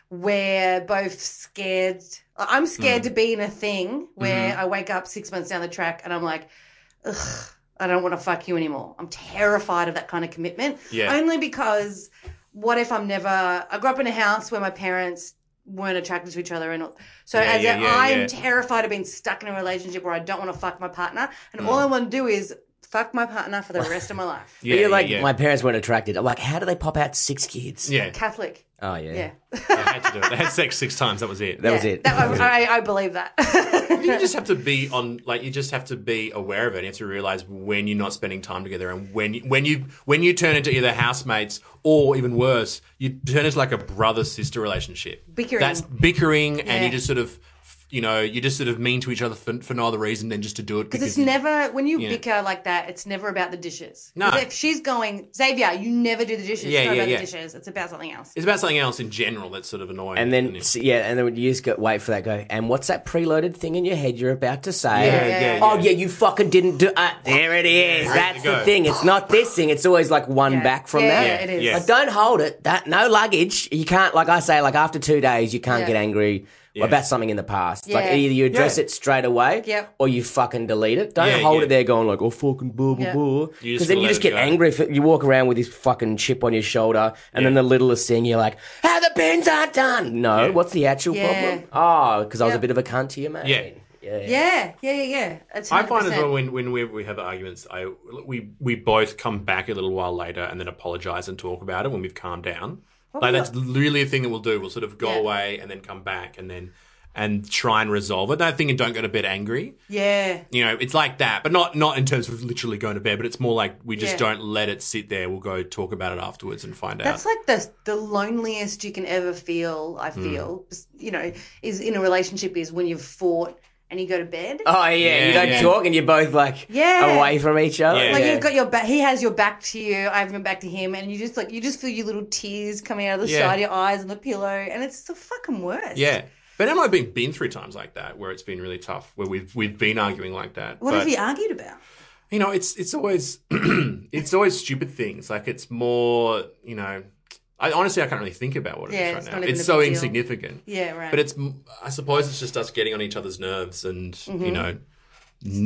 Speaker 3: we're both scared. I'm scared
Speaker 2: Hmm.
Speaker 3: to be in a thing where
Speaker 2: Mm-hmm.
Speaker 3: I wake up six months down the track and I'm like, ugh, I don't want to fuck you anymore. I'm terrified of that kind of commitment.
Speaker 2: Yeah.
Speaker 3: Only because what if I'm never? I grew up in a house where my parents weren't attracted to each other, and all- so
Speaker 2: Yeah,
Speaker 3: as
Speaker 2: yeah,
Speaker 3: a,
Speaker 2: yeah,
Speaker 3: I'm
Speaker 2: yeah.
Speaker 3: terrified of being stuck in a relationship where I don't want to fuck my partner,
Speaker 2: Mm.
Speaker 3: and all I want to do is fuck my partner for the rest of my life.
Speaker 2: Yeah,
Speaker 1: You're like,
Speaker 2: yeah, yeah.
Speaker 1: my parents weren't attracted. I'm like, how do they pop out six kids?
Speaker 2: yeah.
Speaker 3: Catholic.
Speaker 1: Oh, yeah.
Speaker 3: Yeah.
Speaker 2: They had to do it. They had sex six times. That was it.
Speaker 1: That was
Speaker 3: Yeah,
Speaker 1: it.
Speaker 3: That, I, I, I believe that.
Speaker 2: you just have to be on like you just have to be aware of it. You have to realize when you're not spending time together and when you, when you when you turn into either housemates or even worse, you turn into like a brother sister relationship.
Speaker 3: Bickering.
Speaker 2: That's bickering, and you
Speaker 3: Yeah.
Speaker 2: just sort of you know you just sort of mean to each other for, for no other reason than just to do it
Speaker 3: Because it's
Speaker 2: you-
Speaker 3: never when you bicker like that. It's never about the dishes. 'Cause
Speaker 2: No.
Speaker 3: If she's going, Xavier, you never do the dishes.
Speaker 2: Yeah,
Speaker 3: it's not
Speaker 2: yeah,
Speaker 3: about
Speaker 2: yeah.
Speaker 3: the dishes. It's about something else.
Speaker 2: It's about something else in general that's sort of annoying.
Speaker 1: And then,
Speaker 2: yeah.
Speaker 1: s- yeah, and then you just go, wait for that. Go, and what's that preloaded thing in your head you're about to say?
Speaker 2: Yeah, yeah, yeah.
Speaker 1: Oh, yeah, you fucking didn't do. Uh, there it is.
Speaker 2: Yeah,
Speaker 1: That's
Speaker 2: there you
Speaker 1: the
Speaker 2: go.
Speaker 1: thing. It's not this thing. It's always like one
Speaker 3: Yeah.
Speaker 1: back from
Speaker 3: Yeah,
Speaker 1: that.
Speaker 3: yeah, it is.
Speaker 2: Yeah.
Speaker 1: But don't hold it. That no luggage. You can't. Like I say, like after two days, you can't
Speaker 3: Yeah.
Speaker 1: get angry about something in the past. Like
Speaker 3: Yeah.
Speaker 1: either you address
Speaker 2: Yeah.
Speaker 1: it straight away,
Speaker 3: Yep.
Speaker 1: or you fucking delete it. Don't
Speaker 2: Yeah,
Speaker 1: hold
Speaker 2: yeah.
Speaker 1: it there, going like, oh fucking blah blah
Speaker 3: Yeah.
Speaker 1: blah.
Speaker 2: You just
Speaker 1: Because then
Speaker 2: let
Speaker 1: you just
Speaker 2: it
Speaker 1: get
Speaker 2: go.
Speaker 1: angry. If it- you walk around with this fucking chip on your shoulder, and then the littlest thing, you're like, how the pins aren't done. No, what's the actual
Speaker 3: Yeah.
Speaker 1: problem? Oh, because I was
Speaker 3: Yeah.
Speaker 1: a bit of a cunt to you, mate.
Speaker 2: Yeah.
Speaker 3: Yeah, yeah, yeah, yeah. It's
Speaker 2: I find as
Speaker 3: 100%.
Speaker 2: well when when we, we have arguments, I we we both come back a little while later and then apologize and talk about it when we've calmed down. like that's really a thing that we'll do. We'll sort of go
Speaker 3: Yeah.
Speaker 2: away and then come back and then and try and resolve it. That thing and don't go to bed angry.
Speaker 3: Yeah.
Speaker 2: You know, it's like that, but not not in terms of literally going to bed. But it's more like we just
Speaker 3: Yeah.
Speaker 2: don't let it sit there. We'll go talk about it afterwards and find
Speaker 3: That's
Speaker 2: out.
Speaker 3: like the the loneliest you can ever feel. I feel, you know, is in a relationship is when you've fought and you go to bed.
Speaker 1: Oh yeah, you
Speaker 2: Yeah,
Speaker 1: don't
Speaker 2: yeah.
Speaker 1: talk, and you're both like
Speaker 3: Yeah.
Speaker 1: away from each other.
Speaker 2: Yeah.
Speaker 3: Like
Speaker 1: Yeah.
Speaker 3: you've got your back. He has your back to you. I have my back to him, and you just like you just feel your little tears coming out of the
Speaker 2: Yeah.
Speaker 3: side of your eyes on the pillow, and it's the fucking worst.
Speaker 2: yeah. But Emma and I've been been through times like that where it's been really tough, where we've we've been arguing like that.
Speaker 3: What
Speaker 2: but-
Speaker 3: have you argued about?
Speaker 2: you know, it's it's always it's always stupid things. Like it's more, you know, I honestly I can't really think about what it is
Speaker 3: Yeah,
Speaker 2: right
Speaker 3: it's
Speaker 2: now.
Speaker 3: not even
Speaker 2: It's
Speaker 3: a
Speaker 2: so
Speaker 3: big deal.
Speaker 2: insignificant.
Speaker 3: Yeah, right.
Speaker 2: But it's m- I suppose it's just us getting on each other's nerves and
Speaker 3: Mm-hmm.
Speaker 2: you know, n-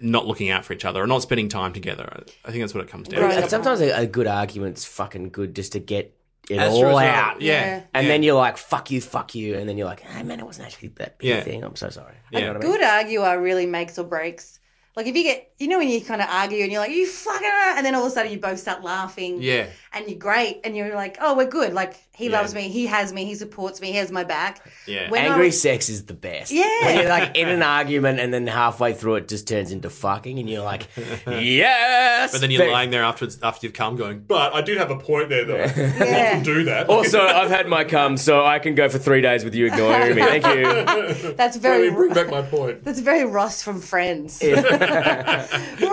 Speaker 2: not looking out for each other or not spending time together. I think that's what it comes down
Speaker 3: Right.
Speaker 2: to.
Speaker 1: And sometimes a, a good argument's fucking good just to get it
Speaker 2: As a
Speaker 1: all
Speaker 2: result-
Speaker 1: out.
Speaker 2: Yeah.
Speaker 3: Yeah.
Speaker 1: And then you're like, fuck you, fuck you. And then you're like, hey, man, it wasn't actually that big
Speaker 2: Yeah.
Speaker 1: a thing. I'm so sorry.
Speaker 2: Yeah.
Speaker 1: You know what I mean?
Speaker 3: good arguer really makes or breaks. Like if you get, you know, when you kind of argue and you're like, you fucking, and then all of a sudden you both start laughing.
Speaker 2: Yeah.
Speaker 3: and you're great and you're like oh we're good like he
Speaker 2: Yeah.
Speaker 3: loves me he has me he supports me he has my back
Speaker 2: Yeah.
Speaker 3: When I
Speaker 1: Angry
Speaker 3: was-
Speaker 1: sex is the best.
Speaker 3: Yeah.
Speaker 1: When you're like in an argument and then halfway through it just turns into fucking and you're like, yes.
Speaker 2: But then you're lying there afterwards after you've come going, but I did have a point there though.
Speaker 3: Yeah.
Speaker 2: Often do that.
Speaker 1: Also, I've had my cum, so I can go for three days with you ignoring me. Thank you.
Speaker 2: Let
Speaker 3: that's very
Speaker 2: me bring back my point.
Speaker 3: that's very ross from friends we're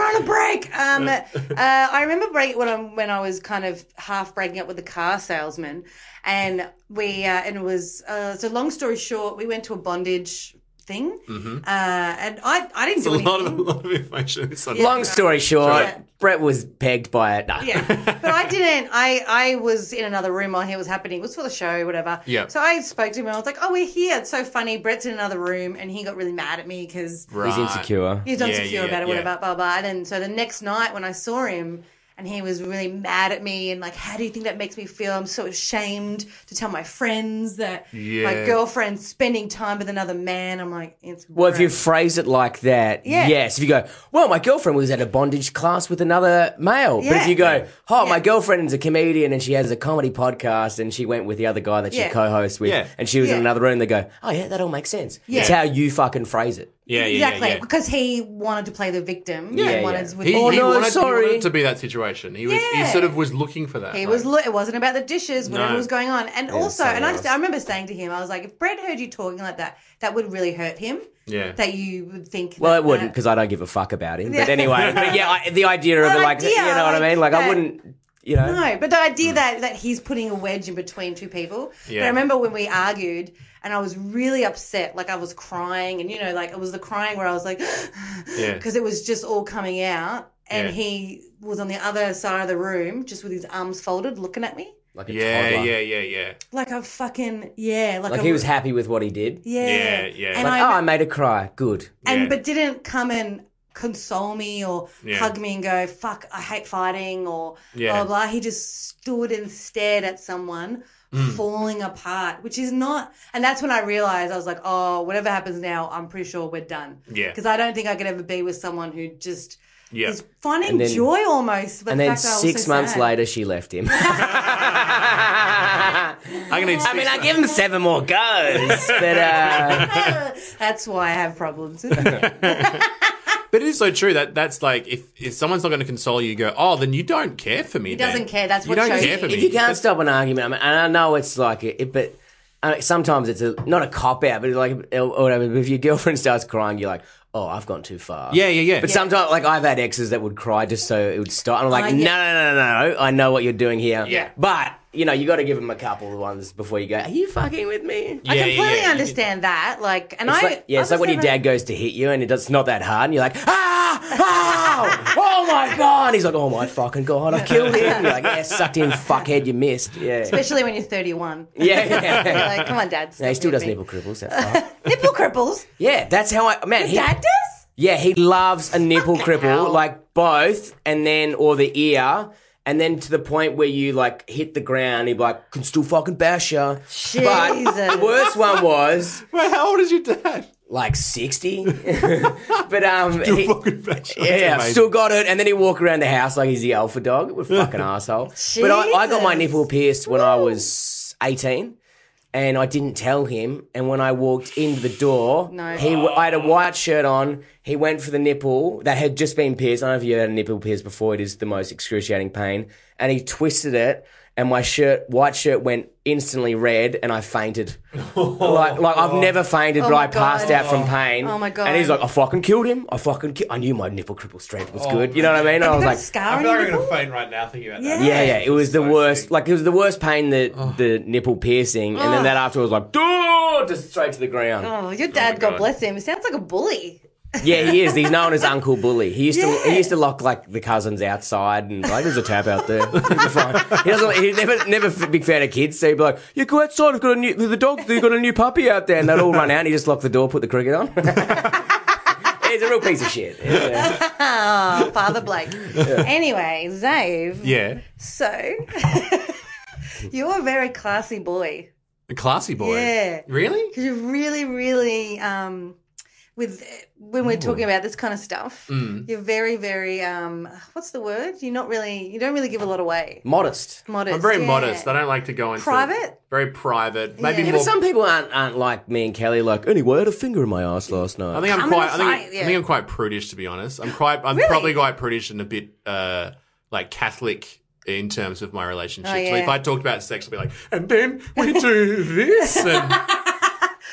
Speaker 3: on a break um uh, i remember break when i when i was kind of half breaking up with the car salesman and we uh, and it was uh, so long story short we went to a bondage thing uh, and i i didn't
Speaker 2: Mm-hmm. A
Speaker 3: do anything
Speaker 2: lot of a lot of information. It's like-
Speaker 1: Long story short,
Speaker 2: Yeah.
Speaker 1: Brett was pegged by it. No.
Speaker 3: Yeah, but I didn't. I I was in another room while he was happening. It was for the show, whatever.
Speaker 2: Yeah.
Speaker 3: So I spoke to him and I was like, "Oh, we're here. It's so funny." Brett's in another room, and he got really mad at me because
Speaker 1: He's insecure.
Speaker 3: he's
Speaker 2: Yeah,
Speaker 3: insecure
Speaker 2: yeah,
Speaker 3: about it,
Speaker 2: yeah.
Speaker 3: whatever, blah, blah blah. And so the next night when I saw him. And he was really mad at me and like, how do you think that makes me feel? I'm so ashamed to tell my friends that
Speaker 2: Yeah.
Speaker 3: my girlfriend's spending time with another man. I'm like, it's
Speaker 1: Well, if you
Speaker 3: Brett.
Speaker 1: phrase it like that,
Speaker 3: Yeah.
Speaker 1: yes. If you go, well, my girlfriend was at a bondage class with another male. But
Speaker 3: Yeah.
Speaker 1: if you go, oh,
Speaker 3: Yeah.
Speaker 1: my girlfriend's a comedian and she has a comedy podcast and she went with the other guy that she
Speaker 3: Yeah.
Speaker 1: co hosts with
Speaker 2: Yeah.
Speaker 1: and she was in
Speaker 3: Yeah.
Speaker 1: another room, they go, oh, yeah, that all makes sense. It's
Speaker 3: Yeah.
Speaker 1: how you fucking phrase it.
Speaker 2: Yeah, yeah,
Speaker 3: exactly,
Speaker 2: yeah, yeah.
Speaker 3: because he wanted to play the victim.
Speaker 2: Yeah,
Speaker 3: and
Speaker 2: yeah.
Speaker 3: wanted
Speaker 2: He,
Speaker 3: he,
Speaker 2: he
Speaker 1: no,
Speaker 2: wanted, he
Speaker 1: sorry.
Speaker 2: wanted to be that situation. He was he
Speaker 3: Yeah.
Speaker 2: sort of was looking for that.
Speaker 3: He
Speaker 2: like-
Speaker 3: was. Lo- it wasn't about the dishes. Whatever
Speaker 2: No.
Speaker 3: was going on, and also,
Speaker 1: something
Speaker 3: and I,
Speaker 1: else.
Speaker 3: just, I remember saying to him, I was like, if Brett heard you talking like that, that would really hurt him.
Speaker 2: Yeah.
Speaker 3: That you would think.
Speaker 1: Well,
Speaker 3: that,
Speaker 1: it wouldn't
Speaker 3: that-
Speaker 1: because I don't give a fuck about him. But
Speaker 3: Yeah.
Speaker 1: anyway, but yeah, I, the idea of
Speaker 3: Well,
Speaker 1: it, like,
Speaker 3: idea,
Speaker 1: you know what I
Speaker 3: like
Speaker 1: mean? Like, I
Speaker 3: that-
Speaker 1: wouldn't, you know.
Speaker 3: No, but the idea that that he's putting a wedge in between two people. But
Speaker 2: Yeah.
Speaker 3: I remember when we argued, and I was really upset. Like I was crying, and you know, like it was the crying where I was like,
Speaker 2: Yeah.
Speaker 3: because it was just all coming out, and
Speaker 2: Yeah.
Speaker 3: he was on the other side of the room, just with his arms folded, looking at me
Speaker 1: Like a
Speaker 2: yeah,
Speaker 1: toddler.
Speaker 2: yeah, yeah, yeah.
Speaker 3: like a fucking yeah, like,
Speaker 1: Like,
Speaker 3: a,
Speaker 1: he was happy with what he did.
Speaker 3: yeah,
Speaker 2: Yeah, yeah.
Speaker 3: and
Speaker 1: Like,
Speaker 3: I
Speaker 1: oh, I made her cry. Good.
Speaker 2: Yeah.
Speaker 3: and but didn't come and console me or
Speaker 2: Yeah.
Speaker 3: hug me and go fuck I hate fighting or
Speaker 2: Yeah.
Speaker 3: blah blah. He just stood and stared at someone
Speaker 2: Mm.
Speaker 3: falling apart, which is not. And that's when I realized I was like, oh, whatever happens now, I'm pretty sure we're done.
Speaker 2: Yeah.
Speaker 3: because I don't think I could ever be with someone who just.
Speaker 2: Yeah.
Speaker 3: Is finding
Speaker 1: And then-
Speaker 3: joy almost, but
Speaker 1: And
Speaker 3: the
Speaker 1: then
Speaker 3: fact that I was
Speaker 1: six
Speaker 3: so
Speaker 1: months
Speaker 3: sad.
Speaker 1: later, she left him. I
Speaker 2: I'm gonna need six
Speaker 1: mean, I
Speaker 2: mo-
Speaker 1: give him seven more goes, but uh,
Speaker 3: that's why I have problems. Isn't it?
Speaker 2: But it is so true that that's like if, if someone's not going to console you, you go, oh, then you don't care for me. He
Speaker 3: doesn't care. That's what
Speaker 2: you don't
Speaker 3: shows
Speaker 2: care
Speaker 3: you-
Speaker 2: for me.
Speaker 1: if you can't
Speaker 2: That's-
Speaker 1: stop an argument, I mean, and I know it's like it, but uh, sometimes it's a, not a cop out, but it's like or whatever. But if your girlfriend starts crying, you're like, oh, I've gone too far.
Speaker 2: yeah, yeah, yeah.
Speaker 1: But sometimes, like I've had exes that would cry just so it would stop. And I'm like,
Speaker 3: Oh, yeah.
Speaker 1: no, no, no, no, no. I know what you're doing here.
Speaker 2: Yeah.
Speaker 1: But you know, you got to give them a couple of ones before you go. Are you fucking with me?
Speaker 2: Yeah,
Speaker 3: I
Speaker 2: yeah,
Speaker 3: completely
Speaker 2: yeah.
Speaker 3: understand that. Like, and
Speaker 1: It's
Speaker 3: I
Speaker 1: like, yeah, it's
Speaker 3: I
Speaker 1: like when your
Speaker 3: was never-
Speaker 1: dad goes to hit you and it does, it's not that hard, and you're like, ah, ow, oh my god. And he's like, oh my fucking god, I killed him. You're like, yeah, sucked in, fuckhead, you missed. Yeah, yeah,
Speaker 3: especially when you're 31. You're
Speaker 1: yeah.
Speaker 3: like, come on, dad.
Speaker 1: yeah he
Speaker 3: stop
Speaker 1: still does
Speaker 3: nipping."
Speaker 1: nipple cripples. That fuck.
Speaker 3: Nipple cripples.
Speaker 1: Yeah, that's how I man. He,
Speaker 3: Dad does.
Speaker 1: yeah, he loves a nipple cripple,
Speaker 3: hell.
Speaker 1: like both, and then or the ear. And then to the point where you like hit the ground, he'd be like, can still fucking bash ya. But the
Speaker 3: Jesus.
Speaker 1: worst one was
Speaker 2: Wait, how old is your dad?
Speaker 1: like 60. but um, he-
Speaker 2: Fucking bitch. That's
Speaker 1: Yeah,
Speaker 2: amazing.
Speaker 1: still got it. And then he walk around the house like he's the alpha dog. What a fucking asshole. But I, I got my
Speaker 3: Jesus.
Speaker 1: nipple pierced when I was eighteen, and I didn't tell him. And when I walked into the door,
Speaker 3: No.
Speaker 1: he w- I had a white shirt on. He went for the nipple that had just been pierced. I don't know if you had a nipple pierced before. It is the most excruciating pain. And he twisted it. And my shirt, white shirt, went instantly red, and I fainted. like, like
Speaker 2: Oh.
Speaker 1: I've never fainted, but
Speaker 3: Oh my
Speaker 1: I passed out
Speaker 3: God.
Speaker 1: from pain.
Speaker 3: Oh my God.
Speaker 1: And he's like, I fucking killed him. I fucking ki- I knew my nipple cripple strength was good. You know what I mean? And I
Speaker 3: You
Speaker 1: was
Speaker 3: got
Speaker 1: like,
Speaker 3: a scar
Speaker 2: I
Speaker 3: on
Speaker 2: feel
Speaker 3: your
Speaker 2: like I'm going
Speaker 3: nipple?
Speaker 2: to faint right now thinking about that.
Speaker 3: Yeah.
Speaker 1: yeah, yeah, it was the
Speaker 2: So
Speaker 1: worst.
Speaker 2: sick.
Speaker 1: Like it was the worst pain that the nipple piercing, and then that after was like, "Duh," just straight to the ground.
Speaker 3: Oh, your dad, God bless him, sounds like a bully.
Speaker 1: Yeah, he is. He's known as Uncle Bully. He used to
Speaker 3: Yeah.
Speaker 1: he used to lock like the cousins outside and like there's a tap out there. You're fine. He doesn't. He's never never f- big fan of kids. So he'd be like, "You go outside. I've got a new the dog. They've got a new puppy out there." And they'd all run out. and He just locked the door, put the cricket on. He's a real piece of shit. Yeah.
Speaker 3: Oh, Father Blake. Anyway, Zave.
Speaker 2: Yeah.
Speaker 3: So, you're a very classy boy.
Speaker 2: A classy boy.
Speaker 3: Yeah.
Speaker 2: Really?
Speaker 3: Because you're really, really um, with when we're talking about this kind of stuff,
Speaker 2: Mm.
Speaker 3: you're very, very um, what's the word? You're not really, you don't really give a lot away.
Speaker 1: Modest.
Speaker 3: Modest.
Speaker 2: I'm very
Speaker 3: yeah.
Speaker 2: modest. I don't like to go into
Speaker 3: Private?
Speaker 2: Very private. Maybe
Speaker 3: Yeah.
Speaker 2: more.
Speaker 1: But some people aren't, aren't like me and Kelly. Like, anyway, I had a finger in my ass last night.
Speaker 2: I think I'm,
Speaker 3: I'm
Speaker 2: quite. I
Speaker 3: gonna
Speaker 2: think,
Speaker 3: fight,
Speaker 2: I
Speaker 3: yeah.
Speaker 2: think I'm quite prudish, to be honest. I'm quite. I'm
Speaker 3: Really?
Speaker 2: probably quite prudish and a bit uh, like Catholic in terms of my relationship.
Speaker 3: Oh,
Speaker 2: So
Speaker 3: yeah.
Speaker 2: if I talked about sex, I'd be like, and then we do this. And,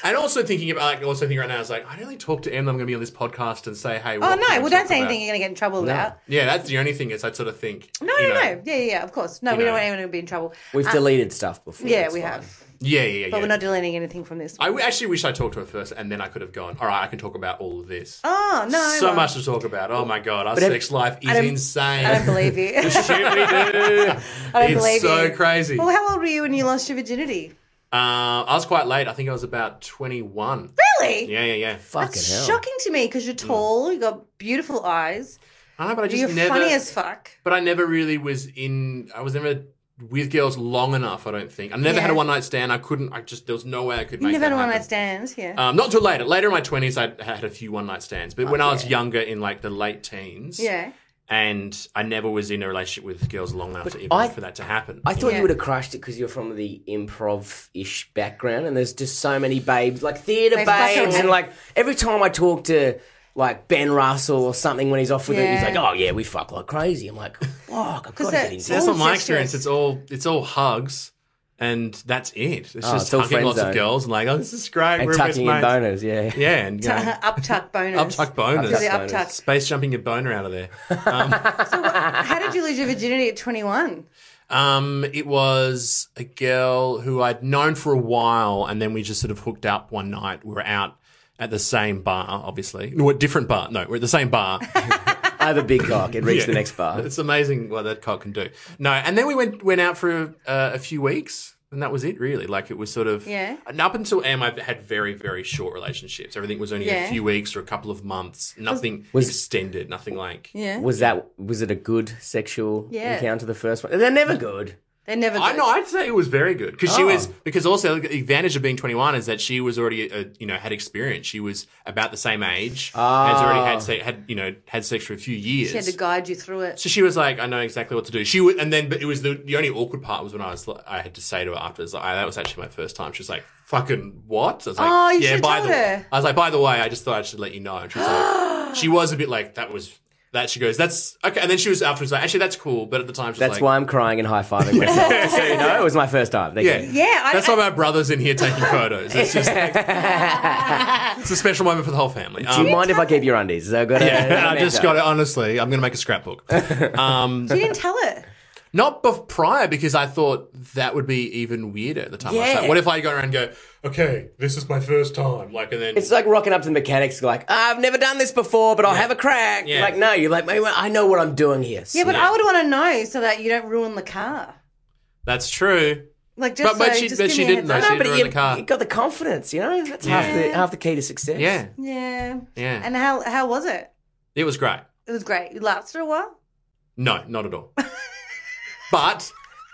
Speaker 2: and also thinking about, like, also thinking right now, I was like, I don't really talk to Em. that I'm going to be on this podcast and say, hey.
Speaker 3: Oh
Speaker 2: what
Speaker 3: no!
Speaker 2: can we
Speaker 3: Well,
Speaker 2: talk
Speaker 3: don't say
Speaker 2: about?
Speaker 3: anything you're going to get in trouble about.
Speaker 2: Yeah, that's the only thing is I sort of think.
Speaker 3: No,
Speaker 2: you
Speaker 3: no,
Speaker 2: know,
Speaker 3: no. Yeah, yeah, yeah, of course. No, we
Speaker 2: know.
Speaker 3: don't want anyone to be in trouble.
Speaker 1: We've
Speaker 2: uh,
Speaker 1: deleted stuff before.
Speaker 3: Yeah,
Speaker 1: it's
Speaker 3: we
Speaker 1: fine.
Speaker 3: have.
Speaker 2: Yeah, yeah, yeah.
Speaker 3: But we're not deleting anything from this.
Speaker 2: I w- actually wish I talked to her first, and then I could have gone. All right, I can talk about all of this.
Speaker 3: oh, no.
Speaker 2: so
Speaker 3: well,
Speaker 2: much to talk about. Oh my god, our
Speaker 1: have-
Speaker 2: sex life is
Speaker 3: don't-
Speaker 2: insane.
Speaker 3: I don't believe you. I don't
Speaker 2: it's
Speaker 3: believe
Speaker 2: so
Speaker 3: you.
Speaker 2: crazy.
Speaker 3: Well, how old were you when you lost your virginity?
Speaker 2: Uh, I was quite late. I think I was about 21.
Speaker 3: Really?
Speaker 2: Yeah, yeah, yeah.
Speaker 1: Fucking hell.
Speaker 3: Shocking to me because you're tall, you got beautiful eyes,
Speaker 2: I know, but I just
Speaker 3: you're
Speaker 2: never.
Speaker 3: funny as fuck.
Speaker 2: but I never really was in. I was never with girls long enough. I don't think. I never
Speaker 3: Yeah.
Speaker 2: had a one night stand. I couldn't. I just there was no way I could.
Speaker 3: You
Speaker 2: make
Speaker 3: never
Speaker 2: that
Speaker 3: had a one night
Speaker 2: happen.
Speaker 3: stand. Yeah.
Speaker 2: Um, not till later. Later in my twenties, I had a few one night stands. But when I was younger, in like the late teens,
Speaker 3: yeah.
Speaker 2: and I never was in a relationship with girls long enough to even
Speaker 1: I-
Speaker 2: for that to happen.
Speaker 1: I thought
Speaker 3: Yeah.
Speaker 1: you would have crushed it because you're from the improv-ish background, and there's just so many babes, like theatre
Speaker 3: They fucking
Speaker 1: babes,
Speaker 3: hate-
Speaker 1: and like every time I talk to like Ben Russell or something when he's off with it, he's
Speaker 3: Yeah.
Speaker 1: like, "Oh yeah, we fuck like crazy." I'm like, "Fuck, I've got to
Speaker 3: that-
Speaker 1: get into
Speaker 2: that's
Speaker 3: all
Speaker 2: not my
Speaker 3: sisters.
Speaker 2: experience. It's all it's all hugs, and that's it. It's just
Speaker 1: Oh, it's all
Speaker 2: hugging
Speaker 1: friend
Speaker 2: lots
Speaker 1: zone.
Speaker 2: of girls and like, oh, this is great.
Speaker 1: and
Speaker 2: We're best
Speaker 1: tucking in
Speaker 2: mates.
Speaker 1: boners." Yeah,
Speaker 2: Yeah, and you know,
Speaker 3: uptuck bonus.
Speaker 2: uptuck bonus.
Speaker 3: To the
Speaker 1: bonus.
Speaker 3: uptuck.
Speaker 2: Space jumping your boner out of there.
Speaker 3: How did you lose your virginity at 21?
Speaker 2: Um, it was a girl who I'd known for a while, and then we just sort of hooked up one night. We were out at the same bar, obviously. No, a different bar. No, we're at the same bar.
Speaker 1: I have a big cock. It reached the next bar.
Speaker 2: It's amazing what that cock can do. No, and then we went went out for uh, a few weeks, and that was it. Really, like it was sort of
Speaker 3: Yeah.
Speaker 2: And up until M, I've had very very short relationships. Everything was only
Speaker 3: Yeah.
Speaker 2: a few weeks or a couple of months. Nothing extended. Nothing like.
Speaker 3: Yeah.
Speaker 1: Was that was it a good sexual
Speaker 3: Yeah.
Speaker 1: encounter? The first one, they're never good.
Speaker 3: They never.
Speaker 2: I
Speaker 3: do.
Speaker 2: know. I'd say it was very good because she
Speaker 1: Oh.
Speaker 2: was because also the advantage of being 21 is that she was already uh, you know had experience. She was about the same age. and
Speaker 1: Ah.
Speaker 2: Has already had se- had you know had sex for a few years.
Speaker 3: She had to guide you through it.
Speaker 2: so she was like, I know exactly what to do. She would, and then but it was the, the only awkward part was when I was like, I had to say to her afterwards, like, "Ah, that was actually my first time. She was like, fucking what? I was like,
Speaker 3: Oh, you should've
Speaker 2: by
Speaker 3: told
Speaker 2: the
Speaker 3: her.
Speaker 2: I was like, by the way, I just thought I should let you know. And she was like, she was a bit like that was. That she goes, that's okay. And then she was afterwards like, actually, that's cool. But at the time, she was
Speaker 1: That's
Speaker 2: like,
Speaker 1: why I'm crying and high fiving myself. Just so you know, it was my first time. Thank
Speaker 2: Yeah.
Speaker 1: you.
Speaker 3: Yeah, I-
Speaker 2: That's why my brother's in here taking photos. It's just like, it's a special moment for the whole family.
Speaker 1: Do
Speaker 2: Um,
Speaker 1: you mind if I keep your undies? Is that uh, good?
Speaker 2: yeah, I just got it. Honestly, I'm going to make a scrapbook. Um,
Speaker 3: You didn't tell her.
Speaker 2: not bef- prior because I thought that would be even weirder at the time. I was
Speaker 1: Yeah.
Speaker 2: like, what if I go around and go, okay, this is my first time, like, and then
Speaker 1: It's like rocking up to the mechanics, like "Ah, I've never done this before, but I'll have a crack.
Speaker 2: Yeah.
Speaker 1: Like no, you're like, "Mate, I know what I'm doing here.
Speaker 3: Yeah, but
Speaker 2: Yeah.
Speaker 3: I would want to know so that you don't ruin the car.
Speaker 2: that's true.
Speaker 3: Like just
Speaker 2: But- but
Speaker 3: so,
Speaker 2: she-
Speaker 3: just
Speaker 2: but
Speaker 3: give
Speaker 2: she
Speaker 3: me a
Speaker 2: didn't
Speaker 3: heads
Speaker 2: know.
Speaker 3: up.
Speaker 1: no,
Speaker 2: She-
Speaker 1: but
Speaker 2: you're in
Speaker 1: you,
Speaker 2: the car.
Speaker 1: you got the confidence, you know. That's half
Speaker 2: Yeah.
Speaker 1: the half the key to success.
Speaker 2: Yeah,
Speaker 3: Yeah.
Speaker 2: yeah,
Speaker 3: And how how was it?
Speaker 2: it was great.
Speaker 3: It was great. It lasted a while.
Speaker 2: No, not at all. but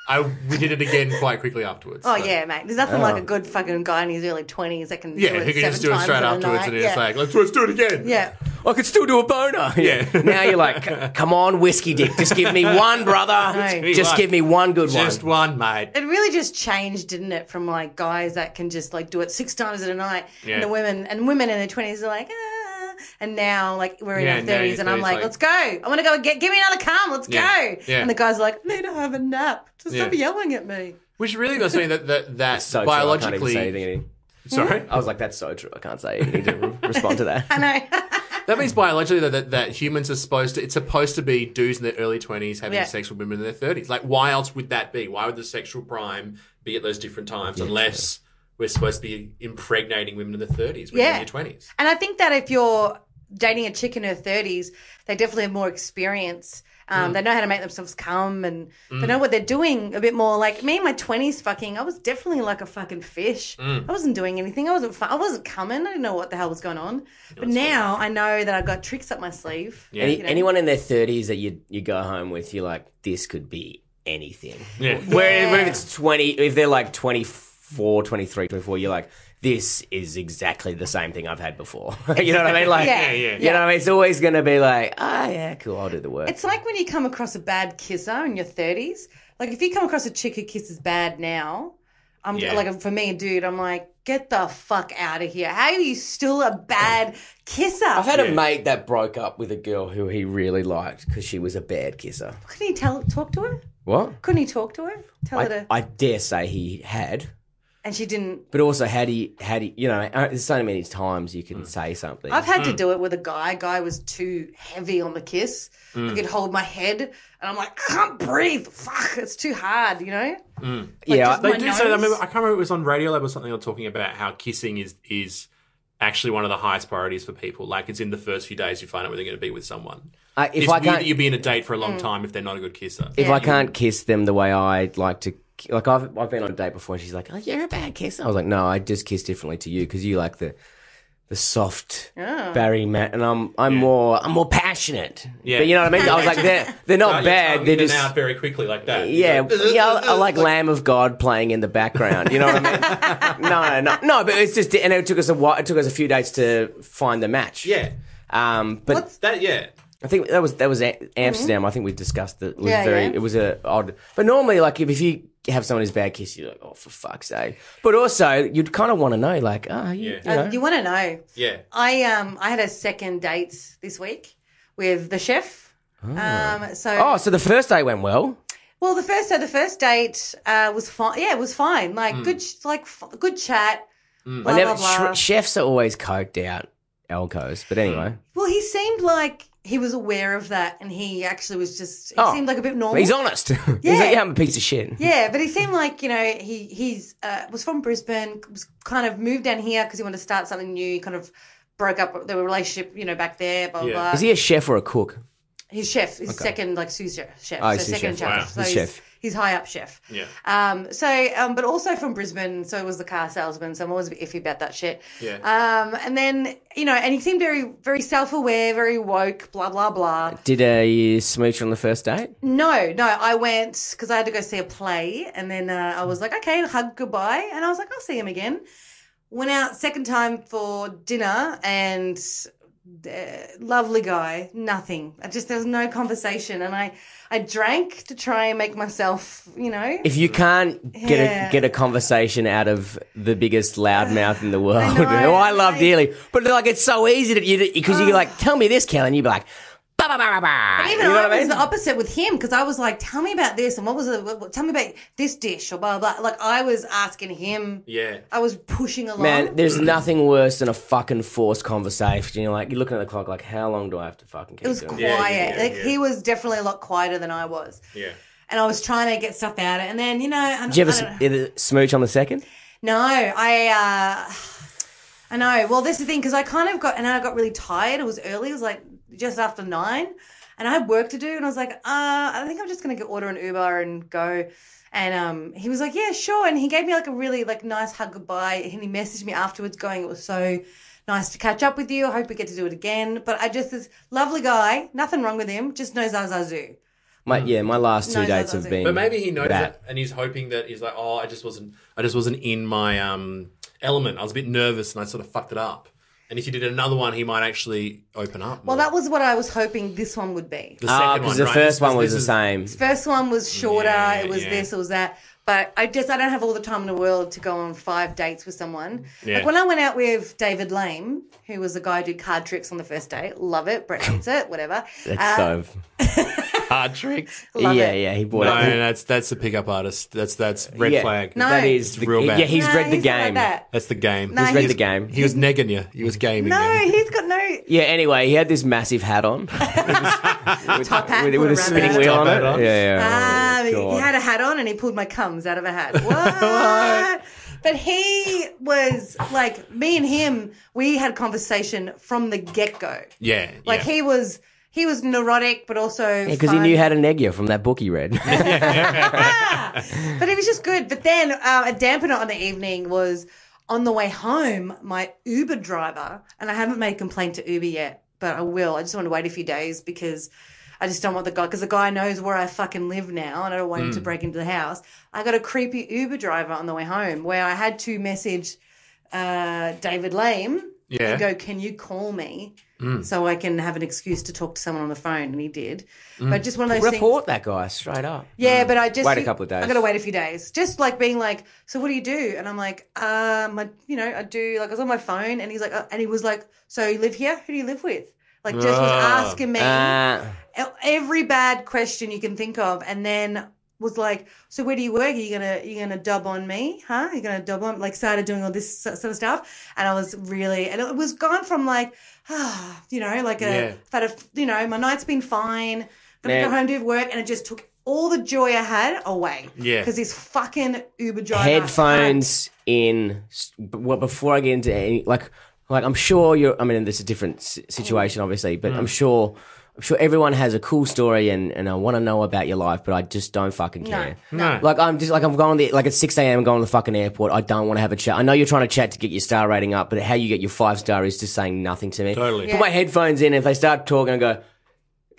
Speaker 2: I we did it again quite quickly afterwards.
Speaker 3: Oh
Speaker 2: so-
Speaker 3: yeah, mate. There's nothing like a good fucking guy in his early twenties that can
Speaker 2: Yeah,
Speaker 3: do it
Speaker 2: who can
Speaker 3: seven
Speaker 2: just do it
Speaker 3: times
Speaker 2: straight
Speaker 3: in a
Speaker 2: afterwards
Speaker 3: night.
Speaker 2: and it's
Speaker 3: yeah.
Speaker 2: like, let's, let's do it again.
Speaker 3: yeah.
Speaker 1: I could still do a boner.
Speaker 2: Yeah.
Speaker 1: now you're like, come on, whiskey dick, just give me one, brother.
Speaker 3: No.
Speaker 1: Just give me one good
Speaker 2: Just
Speaker 1: one.
Speaker 2: one, mate.
Speaker 3: It really just changed, didn't it, from like guys that can just like do it six times in a night,
Speaker 2: Yeah.
Speaker 3: and the women and women in their twenties are like, ah. and now like we're in
Speaker 2: Yeah,
Speaker 3: our
Speaker 2: now
Speaker 3: thirties,
Speaker 2: your
Speaker 3: and I'm
Speaker 2: 30s,
Speaker 3: like,
Speaker 2: like-
Speaker 3: let's go. I want to go and get give me another cum. Let's
Speaker 2: Yeah.
Speaker 3: go.
Speaker 2: Yeah.
Speaker 3: And the guys are like, need to have a nap. Just stop
Speaker 2: Yeah.
Speaker 3: yelling at me.
Speaker 2: Which really must mean that that, that
Speaker 1: So true,
Speaker 2: biologically.
Speaker 1: I, can't even say anything.
Speaker 3: Hmm?
Speaker 2: sorry,
Speaker 1: I was like, that's so true. I can't say. anything to re- respond to that.
Speaker 3: I know.
Speaker 2: that means biologically that, that that humans are supposed to. It's supposed to be dudes in their early twenties having
Speaker 3: Yeah.
Speaker 2: sex with women in their thirties. Like, why else would that be? Why would the sexual prime be at those different times unless we're supposed to be impregnating women in their thirties, women
Speaker 3: Yeah.
Speaker 2: in their twenties?
Speaker 3: And I think that if you're dating a chick in her thirties, they definitely have more experience.
Speaker 1: Mm.
Speaker 3: Um, They know how to make themselves come, and they know what they're doing a bit more. Like me in my twenties, fucking, I was definitely like a fucking fish.
Speaker 1: Mm.
Speaker 3: I wasn't doing anything. I wasn't. Fu- I wasn't coming. I didn't know what the hell was going on. but now I know that I've got tricks up my sleeve.
Speaker 2: Yeah.
Speaker 1: Any, anyone in their 30s that you you go home with, you're like, this could be anything.
Speaker 2: Yeah.
Speaker 1: Where, where if it's 20, if they're like 24, 23, 24, you're like, this is exactly the same thing I've had before. you know what I mean? Like,
Speaker 3: Yeah,
Speaker 2: yeah,
Speaker 1: You know what I mean? It's always going to be like, ah, yeah, cool, I'll do the work.
Speaker 3: It's like when you come across a bad kisser in your thirties. Like if you come across a chick who kisses bad now, I'm
Speaker 2: Yeah.
Speaker 3: like for me, dude, I'm like, get the fuck out of here. How are you still a bad kisser?
Speaker 1: I've had a mate that broke up with a girl who he really liked because she was a bad kisser.
Speaker 3: Couldn't he tell talk to her?
Speaker 1: What?
Speaker 3: Couldn't he talk to her? Tell her
Speaker 1: I,
Speaker 3: to
Speaker 1: I dare say he had,
Speaker 3: and she didn't
Speaker 1: but also had he had he, you know, uh, there's so many times you
Speaker 2: Hmm.
Speaker 1: can say something.
Speaker 3: I've had to do it with a guy. Guy was too heavy on the kiss.
Speaker 1: Mm.
Speaker 3: I could hold my head and I'm like, I can't breathe. Fuck, it's too hard, you know?
Speaker 1: yeah,
Speaker 3: just
Speaker 1: I-
Speaker 2: They
Speaker 3: My
Speaker 2: do say that. I,
Speaker 3: nose?
Speaker 2: remember, I can't remember. if It was on Radio Lab or something. They were talking about how kissing is is actually one of the highest priorities for people. Like it's in the first few days you find out where they're going to be with someone.
Speaker 1: I- if
Speaker 2: it's
Speaker 1: I
Speaker 2: weird
Speaker 1: can't,
Speaker 2: that you've been a date for a long time if they're not a good kisser.
Speaker 1: if I can't kiss them the way I like to, ki- like I've I've been on a date before, and she's like, "Oh, you're a bad kisser." I was like, "No, I just kiss differently to you because you like the." The soft Barry Matt, and I'm I'm more I'm more passionate.
Speaker 2: Yeah.
Speaker 1: but you know what I mean. I was like they're they're not bad. They're just
Speaker 2: out very quickly like that.
Speaker 1: Yeah, yeah, I, I like Lamb of God playing in the background. You know what I mean? no, no, no, but it's just, and it took us a while. It took us a few days to find the match.
Speaker 2: yeah,
Speaker 1: Um, but
Speaker 3: What's-
Speaker 2: that yeah.
Speaker 1: I think that was that was A- Amsterdam. I think we discussed that. It was
Speaker 3: Mm-hmm. Yeah,
Speaker 1: very.
Speaker 3: yeah.
Speaker 1: It was a odd. But normally, like if, if you have someone who's bad kiss, you're like, oh, for fuck's sake. But also, you'd kind of want to know, like, ah, you,
Speaker 2: Yeah.
Speaker 1: you know.
Speaker 3: You want to know?
Speaker 2: Yeah.
Speaker 3: I um I had a second date this week with the chef. Um, so
Speaker 1: oh, so the first day went well.
Speaker 3: Well, the first so the first date uh, was fine. Yeah, it was fine. Like good, ch- like f- good chat. Blah,
Speaker 1: Hmm. I never.
Speaker 3: blah, blah.
Speaker 1: Sh- chefs are always coked out alcos, but anyway,
Speaker 3: well, he seemed like he was aware of that, and he actually was just. He
Speaker 1: Oh.
Speaker 3: seemed like a bit normal.
Speaker 1: he's honest. he's like, yeah, I'm a piece of shit.
Speaker 3: Yeah, but he seemed like you know he he's uh, was from Brisbane, was kind of moved down here because he wanted to start something new. Kind of broke up the relationship, you know, back there. Blah blah.
Speaker 2: Yeah.
Speaker 3: blah.
Speaker 1: Is he a chef or a cook?
Speaker 3: He's chef. He's second, like sous chef. chef.
Speaker 1: Oh,
Speaker 3: so
Speaker 1: sous
Speaker 3: second
Speaker 1: chef.
Speaker 3: chef.
Speaker 2: Wow.
Speaker 3: So
Speaker 1: He's
Speaker 3: he's,
Speaker 1: chef.
Speaker 3: he's high up chef.
Speaker 2: Yeah.
Speaker 3: Um. So, um. But also from Brisbane, so it was the car salesman. So I'm always a bit iffy about that shit.
Speaker 2: Yeah.
Speaker 1: Uh,
Speaker 3: Um. And then you know, and he seemed very, very self aware, very woke. Blah blah blah.
Speaker 1: Did uh, you smooch on the first date?
Speaker 3: No, no. I went because I had to go see a play, and then uh, I was like, okay, hug goodbye, and I was like, I'll see him again. Went out second time for dinner, and uh, lovely guy. Nothing. I just there was no conversation, and I I drank to try and make myself, you know.
Speaker 1: If you can't get
Speaker 3: Yeah.
Speaker 1: a get a conversation out of the biggest loudmouth in the world,
Speaker 3: know,
Speaker 1: who I love
Speaker 3: like-
Speaker 1: dearly, but like it's so easy that you because you're like, tell me this, Kellen, you'd be like, ba ba ba ba ba. You
Speaker 3: Even
Speaker 1: know
Speaker 3: I
Speaker 1: what
Speaker 3: was
Speaker 1: I mean?
Speaker 3: the opposite with him because I was like, "Tell me about this," and what was it? what- what- Tell me about this dish or blah blah. blah. Like I was asking him.
Speaker 2: Yeah.
Speaker 3: I was pushing along.
Speaker 1: Man, there's nothing worse than a fucking forced conversation. You're like, you're looking at the clock, like, how long do I have to fucking keep
Speaker 3: it was
Speaker 1: doing?
Speaker 3: quiet.
Speaker 1: this?
Speaker 2: Yeah, yeah, yeah,
Speaker 3: like
Speaker 2: yeah.
Speaker 3: he was definitely a lot quieter than I was.
Speaker 2: Yeah.
Speaker 3: and I was trying to get stuff out of it. And then, you know, I,
Speaker 1: Did you ever
Speaker 3: I
Speaker 1: s-
Speaker 3: don't-
Speaker 1: did it smooch on the second?
Speaker 3: no, I, uh, I know. Well, that's the thing because I kind of got, and I got really tired. It was early. It was like just after nine, and I had work to do. And I was like, uh, I think I'm just gonna go order an Uber and go. And um, he was like, yeah, sure. And he gave me like a really like nice hug goodbye. And he messaged me afterwards, going, it was so nice to catch up with you. I hope we get to do it again. But I just this lovely guy, nothing wrong with him. Just knows Zazazu.
Speaker 1: My, yeah, my last two
Speaker 3: No, no,
Speaker 1: dates
Speaker 3: no,
Speaker 1: have
Speaker 3: no.
Speaker 1: been.
Speaker 2: Mm. But maybe he knows
Speaker 1: that.
Speaker 2: that, and he's hoping that he's like, oh, I just wasn't, I just wasn't in my um, element. I was a bit nervous, and I sort of fucked it up. And if you did another one, he might actually open up.
Speaker 3: Well, that was what I was hoping this one would be.
Speaker 2: the
Speaker 1: Ah, because the
Speaker 2: right?
Speaker 1: first one
Speaker 2: This-
Speaker 1: was
Speaker 2: this
Speaker 1: the same.
Speaker 2: is-
Speaker 3: First one was shorter.
Speaker 2: Yeah,
Speaker 3: it was
Speaker 2: yeah.
Speaker 3: this, it was that. But I just I don't have all the time in the world to go on five dates with someone.
Speaker 2: Yeah.
Speaker 3: Like when I went out with David Lame, who was the guy who did card tricks on the first date. Love it. Brett hates it. Whatever. Uh,
Speaker 1: That's so.
Speaker 2: Hard tricks.
Speaker 3: Love
Speaker 1: yeah,
Speaker 3: it.
Speaker 1: yeah, he
Speaker 2: No,
Speaker 1: bought it.
Speaker 2: that's that's the pickup artist. That's that's red
Speaker 1: Yeah.
Speaker 2: flag.
Speaker 3: No.
Speaker 1: That is
Speaker 2: It's
Speaker 1: the,
Speaker 2: real bad.
Speaker 1: Yeah, he's
Speaker 3: No,
Speaker 1: read the
Speaker 3: he's not like
Speaker 1: game.
Speaker 3: that.
Speaker 2: That's the game.
Speaker 3: No,
Speaker 1: He's read the game.
Speaker 2: He was negging you. He was gaming
Speaker 3: No,
Speaker 2: you.
Speaker 3: he's got no
Speaker 1: Yeah. Anyway, he had this massive hat on
Speaker 3: top hat.
Speaker 1: with,
Speaker 3: put
Speaker 1: with a
Speaker 3: around
Speaker 1: spinning
Speaker 3: it.
Speaker 1: wheel
Speaker 2: Top
Speaker 1: on
Speaker 2: hat
Speaker 1: it.
Speaker 2: on.
Speaker 1: Yeah,
Speaker 3: Ah,
Speaker 1: yeah. oh,
Speaker 3: he
Speaker 1: God.
Speaker 3: had a hat on and he pulled my cums out of a hat. What? But he was like me and him. We had conversation from the get go.
Speaker 2: Yeah,
Speaker 3: Like
Speaker 2: yeah.
Speaker 3: he was he was neurotic, but also
Speaker 1: Because he
Speaker 3: fun.
Speaker 1: knew how to neg you from that book he read.
Speaker 3: But it was just good. But then um, a dampener on the evening was on the way home. My Uber driver and I haven't made a complaint to Uber yet, but I will. I just want to wait a few days because. I just don't want the guy because the guy knows where I fucking live now, and I don't want him to break into the house. I got a creepy Uber driver on the way home where I had to message uh, David Lame
Speaker 2: Yeah.
Speaker 3: and go, "Can you call me so I can have an excuse to talk to someone on the phone?" And he did, but just one of those things.
Speaker 1: Report that guy straight up.
Speaker 3: Yeah, but I just
Speaker 1: Mm. Wait a couple of days.
Speaker 3: I gotta wait a few days. Just like being like, so what do you do? And I'm like, uh, my, you know, I do. Like I was on my phone, and he's like, uh, and he was like, so you live here? Who do you live with? Like just was
Speaker 2: Ah.
Speaker 3: asking me
Speaker 1: Uh,
Speaker 3: every bad question you can think of, and then was like, "So where do you work? Are you gonna you gonna dub on me? Huh? You're gonna dub on?" Like started doing all this so- sort of stuff, and I was really, and it was gone from like, ah, you know, like a,
Speaker 2: Yeah.
Speaker 3: I've had a, you know, my night's been fine. Gonna
Speaker 1: Man.
Speaker 3: go home do work, and it just took all the joy I had away.
Speaker 2: Yeah.
Speaker 3: because this fucking Uber driver
Speaker 1: Uh, headphones in. s- b- Well, before I get into any, like, like I'm sure you're. I mean, this is a different s-
Speaker 3: Mm.
Speaker 1: situation, obviously,
Speaker 2: Mm.
Speaker 1: but I'm sure. I'm sure everyone has a cool story, and, and I want to know about your life, but I just don't fucking care.
Speaker 2: No.
Speaker 1: Like I'm just like I'm going the, like at six a.m. going to the fucking airport. I don't want to have a chat. I know you're trying to chat to get your star rating up, but how you get your five star is just saying nothing to me.
Speaker 2: Totally.
Speaker 1: Put my headphones in. If they start talking, I go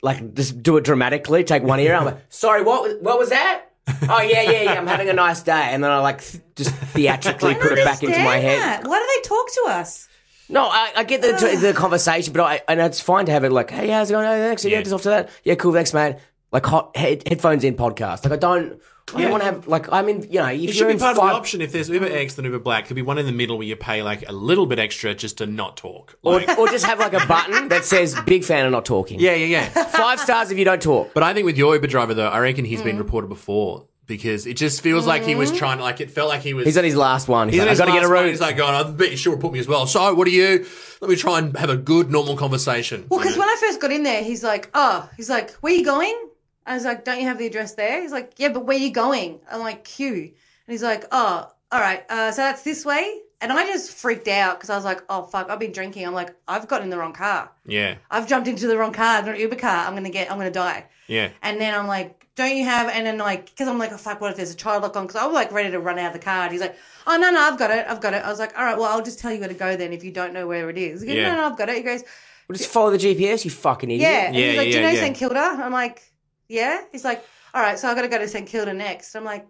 Speaker 1: like just do it dramatically. Take one ear. out. I'm like, sorry, what was, what was that? oh yeah, yeah, yeah. I'm having a nice day, and then I like th- just theatrically
Speaker 3: I don't
Speaker 1: put it back into my
Speaker 3: understand
Speaker 1: head.
Speaker 3: that. Why do they talk to us?
Speaker 1: No, I, I get the the conversation, but I and it's fine to have it like, hey, how's it going? Oh, thanks. Yeah,
Speaker 2: Yeah.
Speaker 1: just after that. Yeah, cool. Thanks, mate. Like hot head, headphones in podcast. Like I don't, I don't want to have like I mean, you know, if
Speaker 2: It
Speaker 1: you're
Speaker 2: should be
Speaker 1: in
Speaker 2: part
Speaker 1: five,
Speaker 2: of the option if there's Uber X and Uber Black. Could be one in the middle where you pay like a little bit extra just to not talk. Like,
Speaker 1: or just have like a button that says "Big fan of not talking."
Speaker 2: yeah, yeah, yeah.
Speaker 1: five stars if you don't talk.
Speaker 2: But I think with your Uber driver though, I reckon he's
Speaker 3: Mm.
Speaker 2: been reported before because it just feels like he was trying to like it felt like he was.
Speaker 1: He's on his last one. He's,
Speaker 2: He's in
Speaker 1: like,
Speaker 2: his
Speaker 1: I gotta get a
Speaker 2: last one,
Speaker 1: room.
Speaker 2: He's like, God, I bet you sure put me as well. So, what are you? Let me try and have a good, normal conversation.
Speaker 3: Well, because when I first got in there, he's like, oh, he's like, where you going? I was like, don't you have the address there? He's like, yeah, but where you going? I'm like, Q. And he's like, oh, all right. Uh, so that's this way. And I just freaked out because I was like, oh, fuck, I've been drinking. I'm like, I've gotten in the wrong car.
Speaker 2: yeah,
Speaker 3: I've jumped into the wrong car, the Uber car. I'm going to get, I'm going to die.
Speaker 2: yeah.
Speaker 3: And then I'm like, don't you have, and then like, because I'm like, oh, fuck, what if there's a child lock on? Because I'm like ready to run out of the car. And he's like, oh, no, no, I've got it. I've got it. I was like, all right, well, I'll just tell you where to go then if you don't know where it is. He goes,
Speaker 2: Yeah.
Speaker 3: no, no, I've got it. He goes,
Speaker 1: Well, just follow the GPS, you fucking idiot.
Speaker 3: yeah. And
Speaker 2: Yeah,
Speaker 3: he's like, Do you
Speaker 2: yeah,
Speaker 3: know
Speaker 2: yeah.
Speaker 3: St. Kilda? I'm like, Yeah. He's like, All right, so I gotta go to St. Kilda next. I'm like,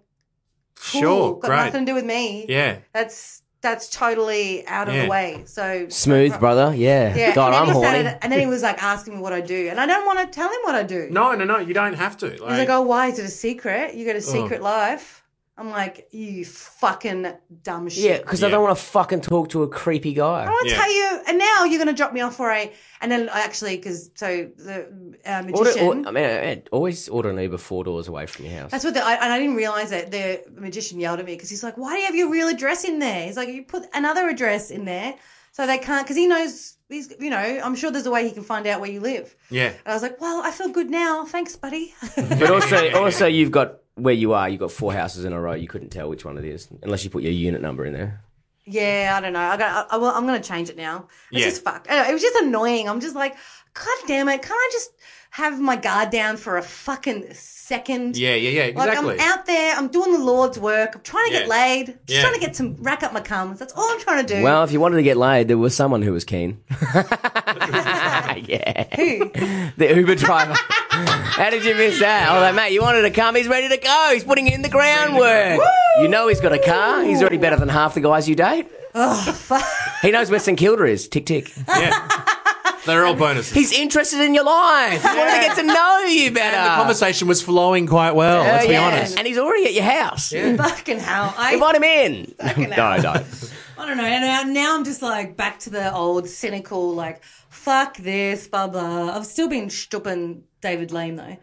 Speaker 3: cool.
Speaker 2: Sure,
Speaker 3: got
Speaker 2: great.
Speaker 3: nothing to do with me.
Speaker 2: Yeah.
Speaker 3: That's that's totally out of
Speaker 2: Yeah.
Speaker 3: the way. So
Speaker 1: Smooth, brother. Yeah.
Speaker 3: Yeah.
Speaker 1: God,
Speaker 3: and then
Speaker 1: I'm
Speaker 3: he
Speaker 1: horny.
Speaker 3: started- and then he was like asking me what I do. And I don't want to tell him what I do.
Speaker 2: No, no, no. You don't have to.
Speaker 3: He's
Speaker 2: Like,
Speaker 3: like, Oh, why? Is it a secret? You got a secret life. I'm like, You fucking dumb shit.
Speaker 1: yeah, because I
Speaker 2: Yeah.
Speaker 1: don't want to fucking talk to a creepy guy.
Speaker 3: I'll
Speaker 2: Yeah.
Speaker 3: tell you, and now you're going to drop me off for a, and then I actually, because so the uh,
Speaker 1: Order,
Speaker 3: magician.
Speaker 1: or, I mean, I- I- always order an Uber four doors away from your house.
Speaker 3: That's what the, I, and I didn't realize that the magician yelled at me because he's like, "Why do you have your real address in there?" He's like, "You put another address in there, so they can't." Because he knows he's, you know, I'm sure there's a way he can find out where you live.
Speaker 2: yeah.
Speaker 3: And I was like, "Well, I feel good now, thanks, buddy."
Speaker 1: But also, also you've got where you are. You've got four houses in a row. You couldn't tell which one it is unless you put your unit number in there.
Speaker 3: yeah, I don't know. I got, I, I, well, I'm gonna change it now. It's
Speaker 2: Yeah.
Speaker 3: just fucked. Anyway, it was just annoying. I'm just like, God damn it! Can't I just have my guard down for a fucking second?
Speaker 2: Yeah, yeah, yeah.
Speaker 3: Like
Speaker 2: Exactly.
Speaker 3: I'm out there, I'm doing the Lord's work. I'm trying to get
Speaker 2: Yeah.
Speaker 3: laid. Just
Speaker 2: Yeah.
Speaker 3: trying to get some rack up my cums. That's all I'm trying to do.
Speaker 1: Well, if you wanted to get laid, there was someone who was keen. yeah,
Speaker 3: Who?
Speaker 1: the Uber driver. How did you miss that? I was like, mate, you wanted to come. He's ready to go. He's putting in the groundwork. You know he's got a car. He's already better than half the guys you date.
Speaker 3: Oh, fuck.
Speaker 1: He knows where St Kilda is. Tick tick.
Speaker 2: yeah. They're all bonuses.
Speaker 1: He's interested in your life. He wanted to get to know you better.
Speaker 2: and the conversation was flowing quite well. let's
Speaker 1: Oh,
Speaker 2: be
Speaker 1: yeah.
Speaker 2: honest.
Speaker 1: And he's already at your house.
Speaker 3: Fucking hell. I,
Speaker 1: Invite him in. no,
Speaker 3: hell.
Speaker 1: no.
Speaker 3: I don't know. And now, now I'm just like back to the old cynical, like, fuck this, blah, blah. I've still been stooping David Lane, though.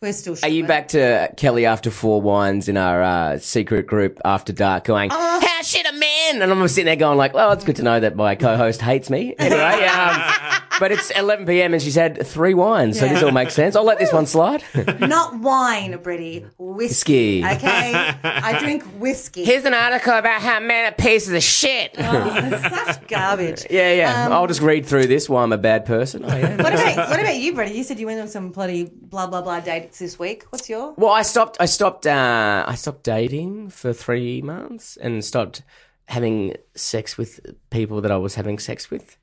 Speaker 3: We're still
Speaker 1: Are you back to Kelly after four wines in our uh, secret group after dark going, how should a man? And I'm sitting there going like, well, it's good to know that my co-host hates me. Anyway, um, but it's 11 p.m. and she's had three wines, so this all makes sense. I'll let this one slide.
Speaker 3: Not wine, Bretty. Whiskey.
Speaker 1: Whiskey.
Speaker 3: Okay? I drink whiskey.
Speaker 1: Here's an article about how men are pieces of shit. yeah,
Speaker 3: Oh, such garbage.
Speaker 1: yeah.
Speaker 3: Um,
Speaker 1: I'll just read through this why I'm a bad person. Oh, yeah.
Speaker 3: What about, what about you, Bretty? You said you went on some bloody blah, blah, blah dates this week. What's your?
Speaker 1: Well, I stopped. I stopped. Uh, I stopped dating for three months and stopped having sex with people that I was having sex with.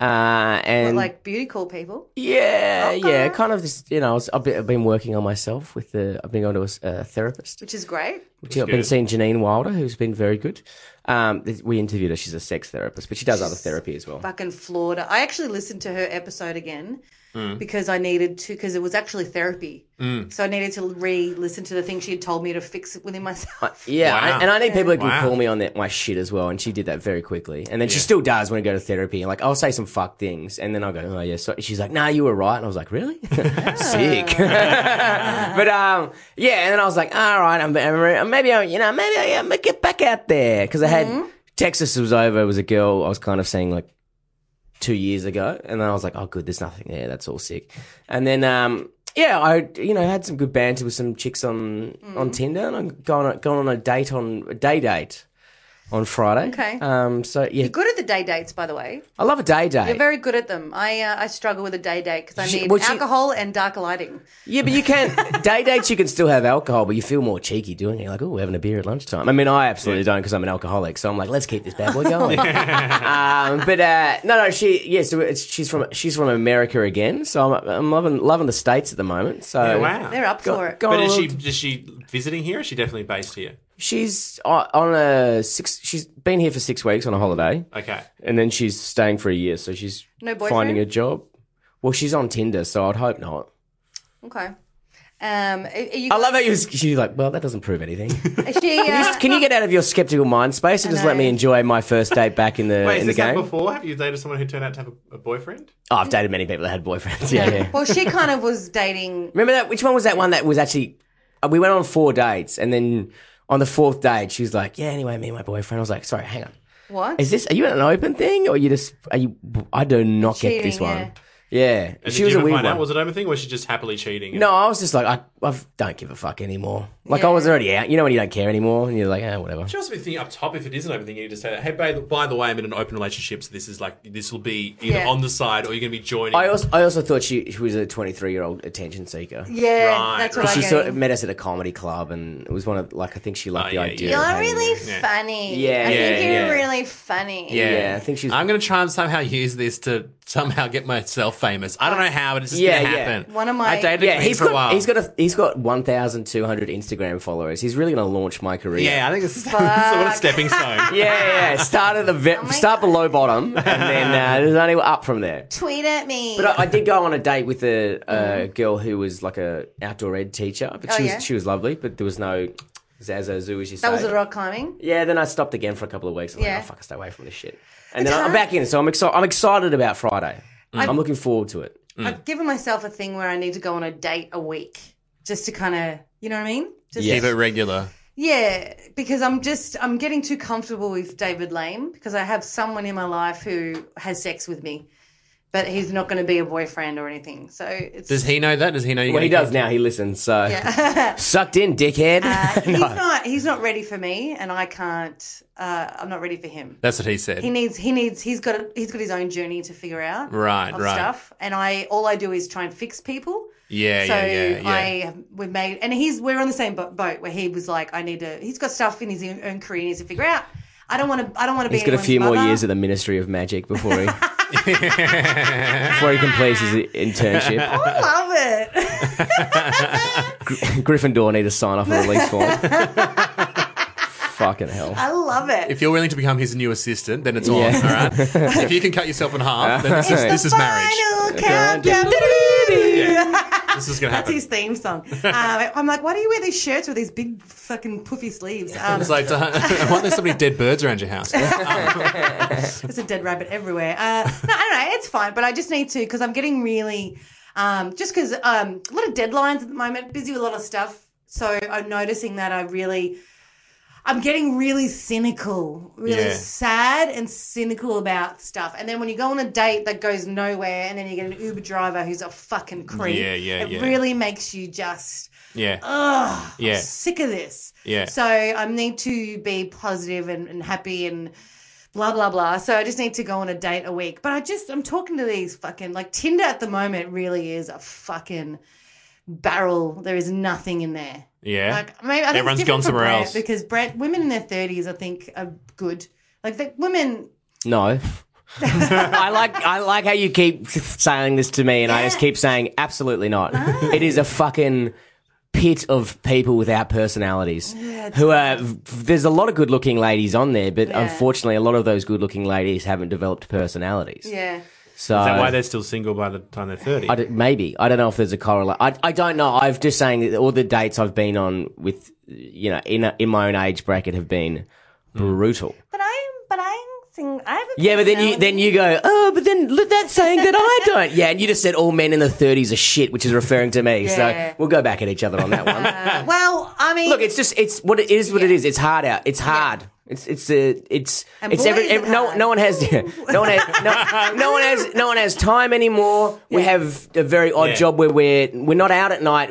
Speaker 1: Uh, and
Speaker 3: Like beauty call people.
Speaker 1: yeah, yeah, kind of this. You know, I was, I've, been, I've been working on myself with the. I've been going to a s- a, therapist.
Speaker 3: Which is great.
Speaker 1: I've been seeing Janine Wilder, who's been very good. Um, th- we interviewed her. She's a sex therapist, but she does other therapy as well.
Speaker 3: fucking floored. I actually listened to her episode again
Speaker 1: Hmm.
Speaker 3: because I needed to because it was actually therapy. So I needed to re-listen to the thing she had told me to fix it within myself.
Speaker 1: Yeah,
Speaker 2: Wow.
Speaker 1: I- and I need people who can
Speaker 2: Wow.
Speaker 1: call me on that my shit as well. And she did that very quickly. And then she still does when I go to therapy. Like I'll say some fuck things, and then I'll go, oh yeah. So she's like, nah, you were right. And I was like, really? Sick. but um, yeah. And then I was like, all right, I'm, I'm maybe I, you know, maybe I, I'm gonna get back out there because I had
Speaker 2: Mm-hmm.
Speaker 1: Texas was over. It was a girl I was kind of seeing like two years ago, and then I was like, oh, good, there's nothing there. That's all sick. And then, um, yeah, I you know had some good banter with some chicks on
Speaker 3: Mm.
Speaker 1: on Tinder, and I'm going on, going on a date on a day date on Friday.
Speaker 3: Okay.
Speaker 1: Um. So yeah,
Speaker 3: You're good at the day dates, by the way.
Speaker 1: I love a day date.
Speaker 3: You're very good at them. I uh, I struggle with a day date because I
Speaker 1: She-
Speaker 3: need
Speaker 1: well, she-
Speaker 3: alcohol and darker lighting.
Speaker 1: yeah, but you can day dates. You can still have alcohol, but you feel more cheeky doing it. You're like, oh, we're having a beer at lunchtime. I mean, I absolutely don't because I'm an alcoholic. So I'm like, let's keep this bad boy going. um, but uh, no, no, she yeah. So it's, she's from she's from America again. So I'm, I'm loving loving the states at the moment. So
Speaker 2: wow.
Speaker 3: They're up for it.
Speaker 1: Go
Speaker 2: But
Speaker 1: on a
Speaker 2: is she
Speaker 1: little-
Speaker 2: is she visiting here? Or is she definitely based here?
Speaker 1: She's on on a six. She's been here for six weeks on a holiday,
Speaker 2: Okay.
Speaker 1: and then she's staying for a year. So she's
Speaker 3: No boyfriend?
Speaker 1: finding a job. Well, she's on Tinder, so I'd hope not.
Speaker 3: Okay. Um, are, are you?
Speaker 1: I love how you. She's like, well, that doesn't prove anything.
Speaker 3: Is she, uh,
Speaker 1: Can you get out of your skeptical mind space and just let
Speaker 3: know.
Speaker 1: me enjoy my first date back in the
Speaker 2: Wait,
Speaker 1: in the
Speaker 2: has this happened
Speaker 1: game?
Speaker 2: before? Have you dated someone who turned out to have a, a boyfriend?
Speaker 1: Oh, I've dated many people that had boyfriends. Yeah, yeah.
Speaker 3: well, she kind of was dating.
Speaker 1: Remember that? Which one was that one that was actually? uh, We went on four dates, and then on the fourth date, she was like, "Yeah, anyway, me and my boyfriend." I was like, "Sorry, hang on.
Speaker 3: What?
Speaker 1: Is this? Are you in an open thing, or you just? Are you? I do not get this
Speaker 3: Cheating,
Speaker 1: one. Yeah,
Speaker 2: And
Speaker 1: she was
Speaker 2: did you
Speaker 1: a
Speaker 2: ever
Speaker 1: weird
Speaker 2: find
Speaker 1: one.
Speaker 2: out? Was it open thing? Or was she just happily cheating? and-
Speaker 1: no, I was just like, I, I don't give a fuck anymore. Like I was
Speaker 3: Yeah.
Speaker 1: already out. You know when you don't care anymore, and you're like, oh, whatever.
Speaker 2: Should also be thinking up top if it is an open thing. You need to say, "Hey, babe, by the way, I'm in an open relationship, so this is like this will be either
Speaker 3: Yeah.
Speaker 2: on the side or you're going to be joining."
Speaker 1: I also, I also thought she, she was a 23 year old attention seeker.
Speaker 3: Yeah,
Speaker 2: Right,
Speaker 3: that's
Speaker 2: right.
Speaker 3: what I
Speaker 1: She
Speaker 3: get.
Speaker 1: sort of met us at a comedy club, and it was one of like I think she liked
Speaker 2: Oh,
Speaker 1: the
Speaker 2: yeah,
Speaker 1: idea.
Speaker 2: yeah.
Speaker 1: of
Speaker 3: You're
Speaker 1: hanging
Speaker 3: really
Speaker 1: out.
Speaker 3: funny.
Speaker 1: Yeah,
Speaker 3: I
Speaker 2: yeah,
Speaker 3: think you're
Speaker 2: yeah.
Speaker 3: really funny.
Speaker 1: Yeah, I think she's.
Speaker 2: I'm going to try and somehow use this to somehow get myself famous. I don't know how, but it's just
Speaker 1: Yeah,
Speaker 2: going to
Speaker 1: yeah.
Speaker 2: happen.
Speaker 3: One of my-
Speaker 2: I dated a
Speaker 1: yeah,
Speaker 2: queen
Speaker 1: he's
Speaker 2: for a
Speaker 1: got
Speaker 2: while.
Speaker 1: he's got a he's got 1,200 Instagram followers. He's really going to launch my career.
Speaker 2: yeah, I think it's sort of a stepping stone.
Speaker 1: yeah, yeah. yeah. Start at the ve-
Speaker 3: Oh my
Speaker 1: start
Speaker 3: God.
Speaker 1: below bottom, and then uh, there's only up from there.
Speaker 3: Tweet at me.
Speaker 1: But I, I did go on a date with a, a girl who was like a outdoor ed teacher, but
Speaker 3: Oh,
Speaker 1: she was
Speaker 3: yeah?
Speaker 1: she was lovely, but there was no zazo zoo as you say.
Speaker 3: that was the rock climbing.
Speaker 1: Yeah, then I stopped again for a couple of weeks. I'm
Speaker 3: Yeah.
Speaker 1: like, oh, fuck, I stay away from this shit. And then I'm back in, so I'm excited. I'm excited about Friday. I'm looking forward to it.
Speaker 2: Mm.
Speaker 3: I've given myself a thing where I need to go on a date a week just to kind of, you know what I mean? Just,
Speaker 1: Yeah.
Speaker 2: Keep it regular.
Speaker 3: Yeah, because I'm just I'm getting too comfortable with David Lame because I have someone in my life who has sex with me, but he's not going to be a boyfriend or anything. So it's
Speaker 2: Does he know that? Does he know you?
Speaker 1: Well, he does now. He listens. So
Speaker 3: yeah.
Speaker 1: sucked in, dickhead.
Speaker 3: Uh, he's
Speaker 1: No.
Speaker 3: not he's not ready for me, and I can't. Uh, I'm not ready for him.
Speaker 2: That's what he said.
Speaker 3: He needs he needs he's got he's got his own journey to figure out
Speaker 2: Right,
Speaker 3: of
Speaker 2: right.
Speaker 3: stuff, and I all I do is try and fix people.
Speaker 2: yeah,
Speaker 3: so
Speaker 2: yeah, yeah, yeah.
Speaker 3: I have- we've made and he's we're on the same bo- boat where he was like I need to he's got stuff in his own own career he needs to figure out. I don't want to I don't want to be.
Speaker 1: He's got a
Speaker 3: anyone's
Speaker 1: few more
Speaker 3: mother.
Speaker 1: years at the Ministry of Magic before he before he completes his internship.
Speaker 3: I love it.
Speaker 1: Gryffindor need to sign off a release form. Fucking hell.
Speaker 3: I love it.
Speaker 2: if you're willing to become his new assistant, then it's on.
Speaker 1: Yeah.
Speaker 2: All right. if you can cut yourself in half, then this, is-
Speaker 1: It's
Speaker 2: this is marriage.
Speaker 3: Final countdown.
Speaker 2: This is going to
Speaker 3: That's
Speaker 2: happen.
Speaker 3: his theme song. Um, I'm like, why do you wear these shirts with these big fucking puffy sleeves? Um,
Speaker 2: It's like, why are there so many dead birds around your house? Um,
Speaker 3: There's a dead rabbit everywhere. Uh, no, I don't know. It's fine, but I just need to because I'm getting really, um, just because um, a lot of deadlines at the moment, busy with a lot of stuff. So I'm noticing that I really, I'm getting really cynical, really
Speaker 2: Yeah.
Speaker 3: sad and cynical about stuff. And then when you go on a date that goes nowhere, and then you get an Uber driver who's a fucking creep,
Speaker 2: Yeah, yeah,
Speaker 3: it
Speaker 2: yeah.
Speaker 3: really makes you just,
Speaker 2: yeah.
Speaker 3: ugh, I'm
Speaker 2: Yeah.
Speaker 3: sick of this.
Speaker 2: Yeah.
Speaker 3: So I need to be positive and, and happy and blah blah blah. So I just need to go on a date a week. But I just I'm talking to these fucking like Tinder at the moment really is a fucking barrel. There is nothing in there.
Speaker 2: yeah.
Speaker 3: Like maybe I think
Speaker 2: Everyone's
Speaker 3: it's different
Speaker 2: gone
Speaker 3: for
Speaker 2: somewhere
Speaker 3: Brett
Speaker 2: else.
Speaker 3: because Brett women in their thirties I think are good. Like the women
Speaker 1: No. I like I like how you keep saying this to me, and I just
Speaker 3: Yeah.
Speaker 1: keep saying absolutely not. It is a fucking pit of people without personalities who are. There's a lot of good-looking ladies on there, but
Speaker 3: Yeah.
Speaker 1: unfortunately, a lot of those good-looking ladies haven't developed personalities.
Speaker 3: yeah.
Speaker 1: So
Speaker 2: Is that
Speaker 1: Uh,
Speaker 2: why they're still single by the time they're 30?
Speaker 1: I don't- maybe I don't know if there's a correlate. I, I don't know. I've just saying that all the dates I've been on with you know in a, in my own age bracket have been
Speaker 2: Hmm.
Speaker 1: brutal.
Speaker 3: But I'm but I'm sing I have a
Speaker 1: Yeah, but then you then you go oh, but then look, that's saying that I don't. Yeah, and you just said all men in the 30s are shit, which is referring to me.
Speaker 3: Yeah.
Speaker 1: So we'll go back at each other on that one.
Speaker 3: personality. Uh, well, I mean
Speaker 1: look, it's just it's what it is. What it
Speaker 3: Yeah.
Speaker 1: is. It's hard out. It's hard. It's it's uh, it's
Speaker 3: And
Speaker 1: it's
Speaker 3: boys
Speaker 1: every,
Speaker 3: are
Speaker 1: every- no
Speaker 3: hard.
Speaker 1: no one has no one has no, no one has no one has time anymore. We have a very odd
Speaker 2: Yeah.
Speaker 1: job where we're we're not out at night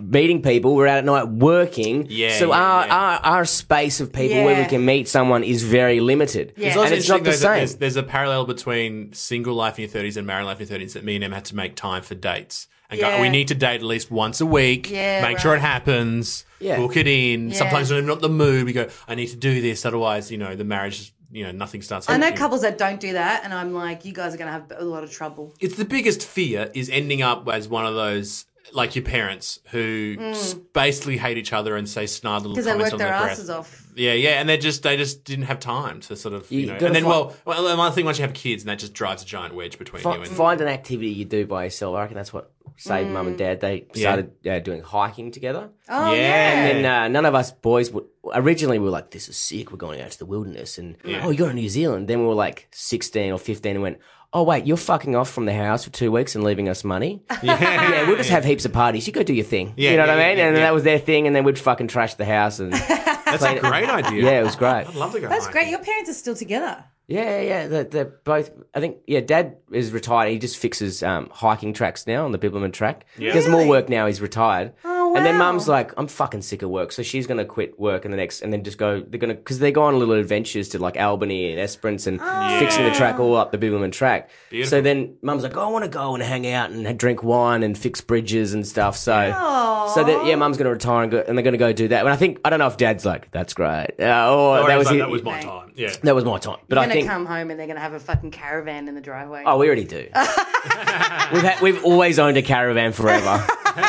Speaker 1: meeting people. We're out at night working.
Speaker 2: Yeah,
Speaker 1: So
Speaker 2: yeah,
Speaker 1: our,
Speaker 2: yeah.
Speaker 1: our our space of people where we
Speaker 3: Yeah.
Speaker 1: can meet someone is very limited.
Speaker 3: Yeah. It's
Speaker 2: also
Speaker 1: And it's not the
Speaker 2: interesting, though, that
Speaker 1: same.
Speaker 2: There's, there's a parallel between single life in your 30s and married life in your 30s that me and Em had to make time for dates. And go,
Speaker 3: Yeah.
Speaker 2: we need to date at least once a week.
Speaker 3: Yeah,
Speaker 2: make sure it
Speaker 3: right.
Speaker 2: happens.
Speaker 1: Yeah.
Speaker 2: Book it in. Sometimes when I'm not in the mood, we go, I need to do this. Otherwise, you know, the marriage, is, you know, nothing starts.
Speaker 3: I know
Speaker 2: happening.
Speaker 3: couples that don't do that, and I'm like, you guys are going to have a lot of trouble.
Speaker 2: It's the biggest fear is ending up as one of those like your parents who s- basically hate each other and say snide little
Speaker 3: Mm. Because
Speaker 2: comments
Speaker 3: they work
Speaker 2: on
Speaker 3: their
Speaker 2: breath.
Speaker 3: asses off.
Speaker 2: Yeah, yeah, and they just they just didn't have time to sort of you,
Speaker 1: You
Speaker 2: know.
Speaker 1: gotta
Speaker 2: And then
Speaker 1: find-
Speaker 2: well, well, another thing once you have kids, and that just drives a giant wedge between
Speaker 1: Fi-
Speaker 2: you and
Speaker 1: find an activity you do by yourself. I reckon that's what saved mum and dad. They started uh, doing hiking together.
Speaker 3: Oh,
Speaker 2: Mm. Yeah.
Speaker 3: yeah.
Speaker 1: And uh, none of us boys would. Originally, we were like, "This is sick. We're going out to the wilderness." And oh, you're in New Zealand. Then we were like sixteen or fifteen, and went, "Oh wait, you're fucking off from the house for two weeks and leaving us money."
Speaker 2: yeah,
Speaker 1: yeah, we'll just have heaps of parties. You go do your thing.
Speaker 2: Yeah,
Speaker 1: you know what
Speaker 2: yeah,
Speaker 1: I mean?
Speaker 2: yeah,
Speaker 1: and
Speaker 2: yeah.
Speaker 1: that was their thing. And then we'd fucking trash the house. And
Speaker 2: that's a great idea.
Speaker 1: yeah, it was great.
Speaker 2: I'd love to go.
Speaker 3: That's
Speaker 2: hiking.
Speaker 3: great. Your parents are still together.
Speaker 1: Yeah, yeah, yeah. They're, they're both. I think. Yeah, Dad is retired. He just fixes um, hiking tracks now on the Bibbleman track. Yeah. Does more work now. He's retired.
Speaker 3: Oh,
Speaker 1: And then
Speaker 3: wow.
Speaker 1: Mum's like, I'm fucking sick of work, so she's gonna quit work in the next, and then just go. They're gonna because they go on little adventures to like Albany and Esperance and fixing the track all up the Bibbleman track. So then Mum's like, oh, I want to go and hang out and drink wine and fix bridges and stuff. So. So that yeah, mum's gonna retire and, go, and they're gonna go do that. And I think I don't know if dad's like that's great, uh, or,
Speaker 2: Or
Speaker 1: that
Speaker 2: it's
Speaker 1: was
Speaker 2: like,
Speaker 1: it-
Speaker 2: that was my time. Yeah.
Speaker 1: that was my time. But
Speaker 3: They're
Speaker 1: I
Speaker 3: going
Speaker 1: think
Speaker 3: to come home and they're going to have a fucking caravan in the driveway.
Speaker 1: Oh, we already do. we've, had, we've always owned a caravan forever.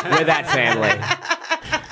Speaker 1: We're that family.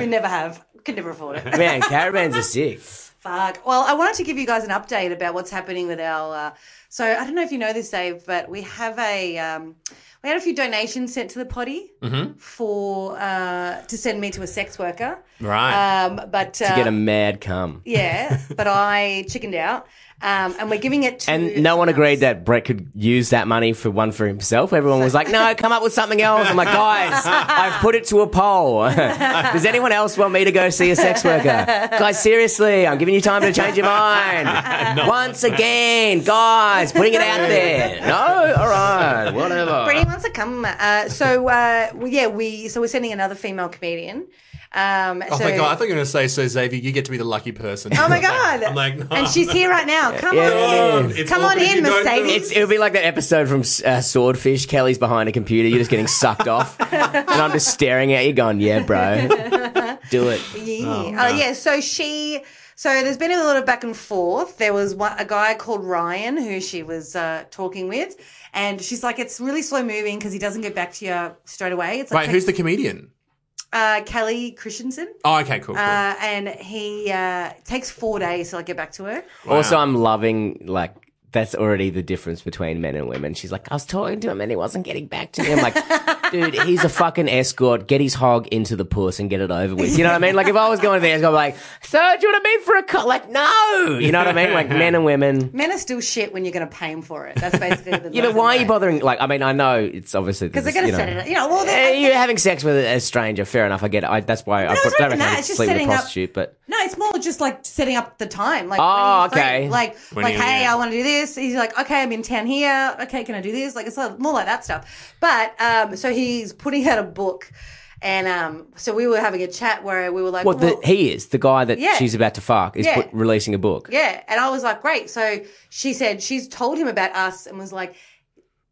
Speaker 3: we never have. Could never afford it.
Speaker 1: Man, caravans are sick.
Speaker 3: Fuck. Well, I wanted to give you guys an update about what's happening with our. Uh, so I don't know if you know this, Dave, but we have a um, we had a few donations sent to the potty
Speaker 1: Mm-hmm.
Speaker 3: for uh, to send me to a sex worker.
Speaker 2: Right.
Speaker 3: Um, but uh,
Speaker 1: Get a mad cum.
Speaker 3: yeah, but I chickened out, um, and we're giving it to
Speaker 1: And no one agreed that Brett could use that money for one for himself. Everyone was like, no, come up with something else. I'm like, guys, I've put it to a poll. Does anyone else want me to go see a sex worker? Guys, seriously, I'm giving you time to change your mind. Once again, guys, putting it out there. No? All right, whatever.
Speaker 3: Brittany
Speaker 2: Uh-huh.
Speaker 3: wants to come. Uh, so uh, well, yeah, we so we're sending another female comedian. Um,
Speaker 2: oh
Speaker 3: so,
Speaker 2: my god, I thought you were going to say, so Xavier, you get to be the lucky person.
Speaker 3: Oh my god!
Speaker 2: I'm like, no.
Speaker 3: and she's here right now. Come
Speaker 1: Yeah.
Speaker 3: on,
Speaker 2: It's
Speaker 3: come on
Speaker 2: awkward, you
Speaker 3: in,
Speaker 2: don't know.
Speaker 1: It's,
Speaker 3: Mercedes.
Speaker 1: it would be like that episode from uh, Swordfish. Kelly's behind a computer. You're just getting sucked off, and I'm just staring at you, going, "Yeah, bro, do it."
Speaker 3: Yeah. Oh, yeah. So she. So there's been a lot of back and forth. There was one, a guy called Ryan who she was uh, talking with, and she's like, "It's really slow moving because he doesn't get back to you straight away." It's like
Speaker 2: Wait, who's the comedian?
Speaker 3: uh, Kelly Christensen,
Speaker 2: Oh, okay, cool. cool.
Speaker 3: uh, and he uh, takes four days to like get back to her.
Speaker 1: Also, I'm loving like that's already the difference between men and women. She's like, "I was talking to him, and he wasn't getting back to me." I'm like, "Dude, he's a fucking escort. Get his hog into the puss and get it over with." You know what I mean? Like, if I was going to the escort, I'm like, "Sir, do you want to meet for a cut?" Like, no. You know what I mean? Like, men and women.
Speaker 3: Men are still shit when you're going to pay him for it. That's basically the
Speaker 1: You know, why are you bothering? Like, I mean, I know it's obviously
Speaker 3: Because they're going to set it up. You know, well,
Speaker 1: Uh,
Speaker 3: they're,
Speaker 1: you're having sex with a stranger. Fair enough. I get it. I, that's why I
Speaker 3: it's
Speaker 1: put,
Speaker 3: not
Speaker 1: don't
Speaker 3: even
Speaker 1: reckon
Speaker 3: that,
Speaker 1: I
Speaker 3: it's just
Speaker 1: sleep with a
Speaker 3: setting up-
Speaker 1: prostitute, but
Speaker 3: No, it's more just like setting up the time. Like,
Speaker 1: Oh,
Speaker 3: when are you free?
Speaker 1: okay.
Speaker 3: Like,
Speaker 2: When
Speaker 3: like,
Speaker 2: are you-
Speaker 3: hey,
Speaker 2: yeah.
Speaker 3: I want to do this. He's like, okay, I'm in town here. Okay, can I do this? Like, it's like- more like that stuff. But um, so he's putting out a book, and um, so we were having a chat where we were like,
Speaker 1: what the,
Speaker 3: well-
Speaker 1: he is the guy that
Speaker 3: Yeah.
Speaker 1: she's about to fuck is
Speaker 3: Yeah.
Speaker 1: put, releasing a book.
Speaker 3: yeah, and I was like, great. So she said she's told him about us and was like.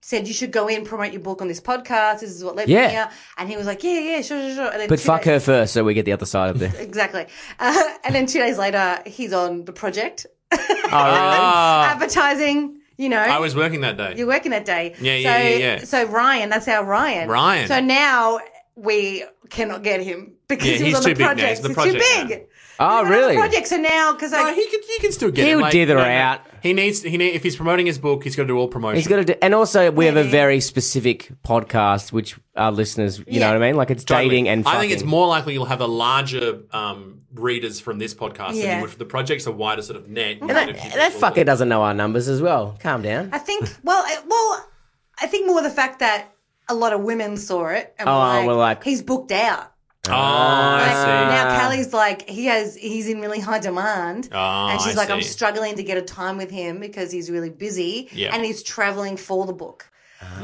Speaker 3: Said you should go in promote your book on this podcast. This is what led
Speaker 1: Yeah.
Speaker 3: me here, and he was like, "Yeah, yeah, sure, sure, sure." And then
Speaker 1: But
Speaker 3: two
Speaker 1: fuck
Speaker 3: days-
Speaker 1: her first, so we get the other side of the.
Speaker 3: exactly. Uh, and then two days later, he's on the project, Um,
Speaker 1: oh,
Speaker 3: advertising. You know,
Speaker 2: Uh, Ah. I was working that day.
Speaker 3: you're working that day.
Speaker 2: Yeah,
Speaker 3: so,
Speaker 2: yeah, yeah, yeah.
Speaker 3: So Ryan, that's our Ryan.
Speaker 2: Ryan.
Speaker 3: So now we cannot get him because
Speaker 2: Yeah,
Speaker 3: he
Speaker 2: he's
Speaker 3: was on the
Speaker 2: too big now.
Speaker 3: project.
Speaker 2: He's on the
Speaker 3: It's too
Speaker 2: project
Speaker 3: big.
Speaker 1: oh,
Speaker 3: We're on the
Speaker 1: really?
Speaker 3: Project. So now because
Speaker 2: No,
Speaker 3: I
Speaker 2: Oh, he can, you can still get
Speaker 1: He
Speaker 2: it.
Speaker 1: would
Speaker 2: like,
Speaker 1: dither
Speaker 2: no, no.
Speaker 1: out.
Speaker 2: He needs, he need, if he's promoting his book, he's got to do all promotion.
Speaker 1: He's got to do, and also we have a
Speaker 3: Maybe.
Speaker 1: very specific podcast, which our listeners, you
Speaker 3: Yeah.
Speaker 1: know what I mean? Like it's
Speaker 2: Totally.
Speaker 1: dating and. Fucking.
Speaker 2: I think it's more likely you'll have a larger um, readers from this podcast than
Speaker 3: Yeah.
Speaker 2: you would from the project's a wider sort of net.
Speaker 1: And that, that fucker doesn't know our numbers as well. Calm down.
Speaker 3: I think well, I, well, I think more the fact that a lot of women saw it and
Speaker 1: Oh,
Speaker 3: were like,
Speaker 1: we're like-
Speaker 3: he's booked out.
Speaker 2: Oh, I
Speaker 3: Like,
Speaker 2: see.
Speaker 3: now Callie's like he has he's in really high demand,
Speaker 2: Ah,
Speaker 3: and she's
Speaker 2: I
Speaker 3: like I'm
Speaker 2: see.
Speaker 3: struggling to get a time with him because he's really busy
Speaker 2: Yeah. Ah.
Speaker 3: and he's traveling for the book.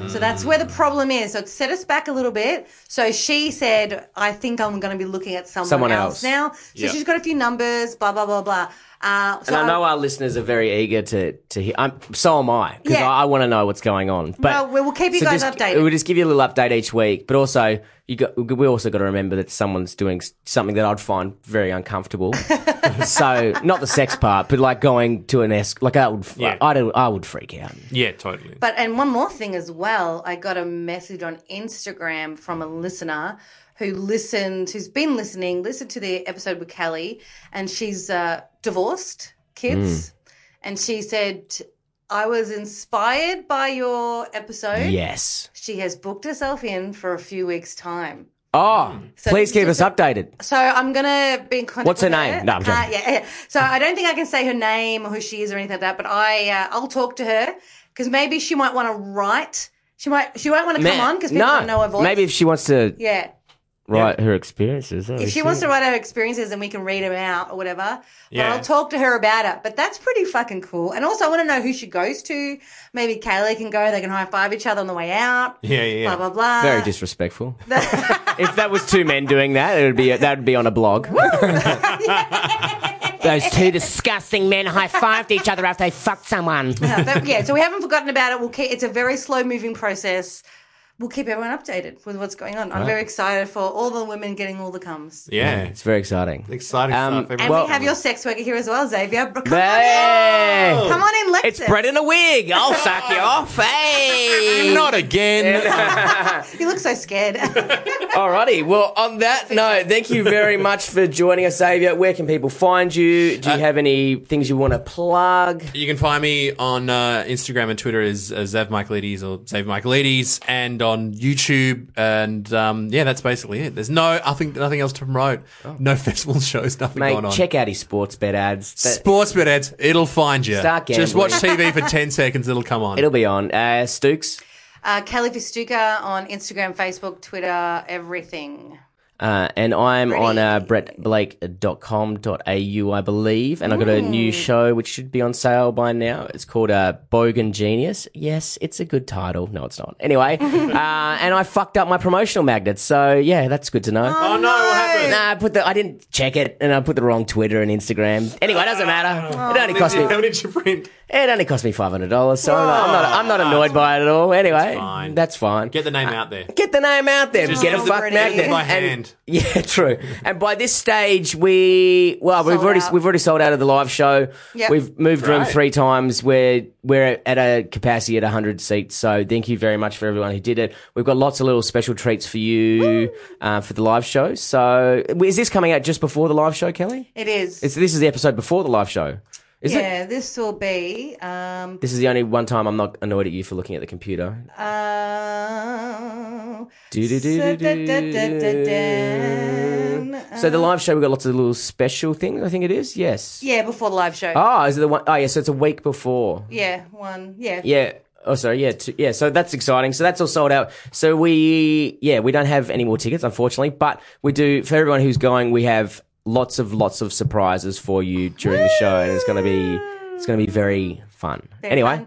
Speaker 3: So that's where the problem is. So it set us back a little bit. So she said, I think I'm going to be looking at someone,
Speaker 1: Someone else.
Speaker 3: else. now. So
Speaker 2: Yeah.
Speaker 3: she's got a few numbers, blah, blah, blah, blah. Uh, so
Speaker 1: And I
Speaker 3: I-
Speaker 1: know our listeners are very eager to to hear. I'm, so am I because
Speaker 3: Yeah.
Speaker 1: I, I want to know what's going on. But
Speaker 3: Well, we will keep you guys
Speaker 1: just-
Speaker 3: updated.
Speaker 1: We'll just give you a little update each week. But also, you got we also got to remember that someone's doing s- something that I'd find very uncomfortable. so not the sex part, but like going to an esc like I would,
Speaker 2: Yeah.
Speaker 1: I, would I would freak out.
Speaker 2: Yeah, totally.
Speaker 3: But and one more thing as well, I got a message on Instagram from a listener who listened, who's been listening, listened to the episode with Kelly, and she's uh, divorced, kids, and she said, "I was inspired by your episode."
Speaker 1: Yes.
Speaker 3: She has booked herself in for a few weeks' time.
Speaker 1: Oh,
Speaker 3: So
Speaker 1: please
Speaker 3: this
Speaker 1: keep us
Speaker 3: is
Speaker 1: updated.
Speaker 3: So I'm gonna be in contact.
Speaker 1: What's her
Speaker 3: with
Speaker 1: name? No, I'm
Speaker 3: Uh,
Speaker 1: joking.
Speaker 3: yeah, yeah. So I don't think I can say her name or who she is or anything like that. But I, uh, I'll talk to her because maybe she might want to write. She might, she won't want to come on because people
Speaker 1: no,
Speaker 3: don't know her voice.
Speaker 1: maybe if she wants to
Speaker 3: yeah.
Speaker 1: write her experiences. oh,
Speaker 3: If she wants to write her experiences and we can read them out or whatever, but
Speaker 2: Yeah.
Speaker 3: I'll talk to her about it. But that's pretty fucking cool. And also, I want to know who she goes to. Maybe Kaylee can go. They can high five each other on the way out.
Speaker 2: Yeah, yeah, yeah.
Speaker 3: Blah blah blah.
Speaker 1: Very disrespectful. if that was two men doing that, it would be that would be on a blog. Those two disgusting men high fived each other after they fucked someone.
Speaker 3: Uh, but yeah, so we haven't forgotten about it. We'll keep. It's a very slow moving process. We'll keep everyone updated with what's going on.
Speaker 1: Uh-huh.
Speaker 3: I'm very excited for all the women getting all the comes.
Speaker 2: yeah.
Speaker 1: It's very exciting.
Speaker 2: exciting
Speaker 1: Um,
Speaker 2: stuff.
Speaker 3: And
Speaker 2: everyone.
Speaker 3: we have your sex worker here as well, Xavier. Come
Speaker 1: Hey!
Speaker 3: on in. Come on in, Lexus.
Speaker 1: It's bread in a wig. I'll suck you off. Hey.
Speaker 2: Not again.
Speaker 3: You look so scared.
Speaker 1: Alrighty. Well, on that note, thank you very much for joining us, Xavier. Where can people find you? Do you have any things you want to plug?
Speaker 2: you can find me on uh, Instagram and Twitter as uh, Zav Michaelides or Zav Michaelides, and on YouTube. And um, yeah, that's basically it. There's no nothing, nothing else to promote. No festival shows, nothing going
Speaker 1: Oh. Mate,
Speaker 2: on.
Speaker 1: check out his sports bet ads. That-
Speaker 2: Sports bet ads, it'll find you.
Speaker 1: Start
Speaker 2: Just
Speaker 1: gambling.
Speaker 2: watch TV for 10 seconds, it'll come on.
Speaker 1: It'll be on. Uh, Stooks.
Speaker 3: uh, Kelly Vistuka on Instagram, Facebook, Twitter, everything.
Speaker 1: Uh, and I'm on uh,
Speaker 3: Pretty.
Speaker 1: brettblake.com.au, I believe. And I've got a new show which should be on sale by now. It's called uh, Bogan Genius. Yes, it's a good title. No, it's not. Anyway, uh, and I fucked up my promotional magnet. So, yeah, that's good to know.
Speaker 2: oh no, what happened?
Speaker 1: Nah, I put the I didn't check it, and I put the wrong Twitter and Instagram. Anyway, it doesn't matter. it only cost me
Speaker 2: How did you print?
Speaker 1: it only cost me five hundred dollars, so I'm not, I'm not I'm not annoyed by it at all. Anyway, that's fine.
Speaker 2: fine.
Speaker 1: Get,
Speaker 2: Get the name out there.
Speaker 1: the name out there.
Speaker 2: Just
Speaker 1: get a
Speaker 2: use
Speaker 1: fuck
Speaker 3: it
Speaker 1: magnet
Speaker 2: by
Speaker 1: And-
Speaker 2: hand.
Speaker 1: yeah, true. And by this stage, we well, we've
Speaker 3: Sold
Speaker 1: already
Speaker 3: out.
Speaker 1: we've already sold out of the live show.
Speaker 3: Yep.
Speaker 1: We've moved room
Speaker 2: Great.
Speaker 1: three times. We're we're at a capacity at hundred seats. So thank you very much for everyone who did it. We've got lots of little special treats for you uh, for the live show. So is this coming out just before the live show, Kelly?
Speaker 3: It is.
Speaker 1: It's, this is the episode before the live show. Is it?
Speaker 3: yeah, this will be. Um,
Speaker 1: This is the only one time I'm not annoyed at you for looking at the computer.
Speaker 3: uh,
Speaker 1: So the live show, we've got lots of little special things. I think it is. Yes.
Speaker 3: yeah, before the live show.
Speaker 1: Oh, is it the one oh yeah, so it's a week before.
Speaker 3: Yeah, one. Yeah.
Speaker 1: Yeah. Oh, sorry. Yeah, two, yeah. So that's exciting. So that's all sold out. So we, yeah, we don't have any more tickets, unfortunately. But we do for everyone who's going. We have lots of lots of surprises for you during the show, and it's gonna be it's gonna be very fun. anyway.
Speaker 3: fun.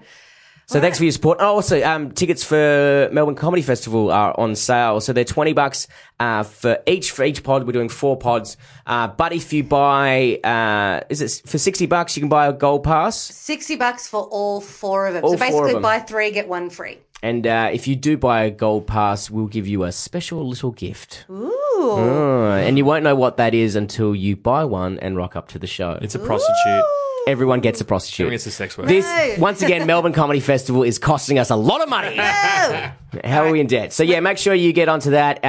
Speaker 1: So thanks for your support. Oh, also, um, tickets for Melbourne Comedy Festival are on sale. So they're twenty bucks uh, for each for each pod. We're doing four pods. Uh, but if you buy, uh, is it for sixty bucks? You can buy a gold pass.
Speaker 3: 60 bucks for all four of them.
Speaker 1: All four
Speaker 3: so
Speaker 1: of
Speaker 3: basically,
Speaker 1: them.
Speaker 3: buy three, get one free.
Speaker 1: And uh, if you do buy a gold pass, we'll give you a special little gift.
Speaker 3: Ooh.
Speaker 1: Uh, and you won't know what that is until you buy one and rock up to the show.
Speaker 2: It's a prostitute.
Speaker 1: Everyone gets a prostitute.
Speaker 2: It's a sex worker.
Speaker 1: this
Speaker 3: Hey.
Speaker 1: once again, Melbourne Comedy Festival is costing us a lot of money. How are we in debt? So yeah, make sure you get onto that uh,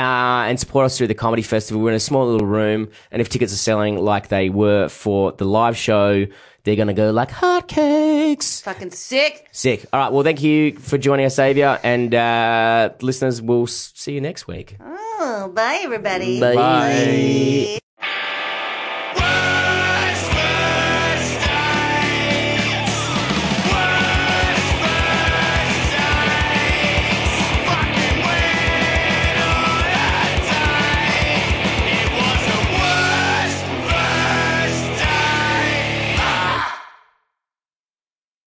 Speaker 1: and support us through the comedy festival. We're in a small little room, and if tickets are selling like they were for the live show, they're gonna go like hotcakes.
Speaker 3: Fucking sick.
Speaker 1: Sick. All right. Well, thank you for joining us, Xavier. And uh, listeners, we'll s- see you next week.
Speaker 3: Oh, bye, everybody.
Speaker 1: Bye.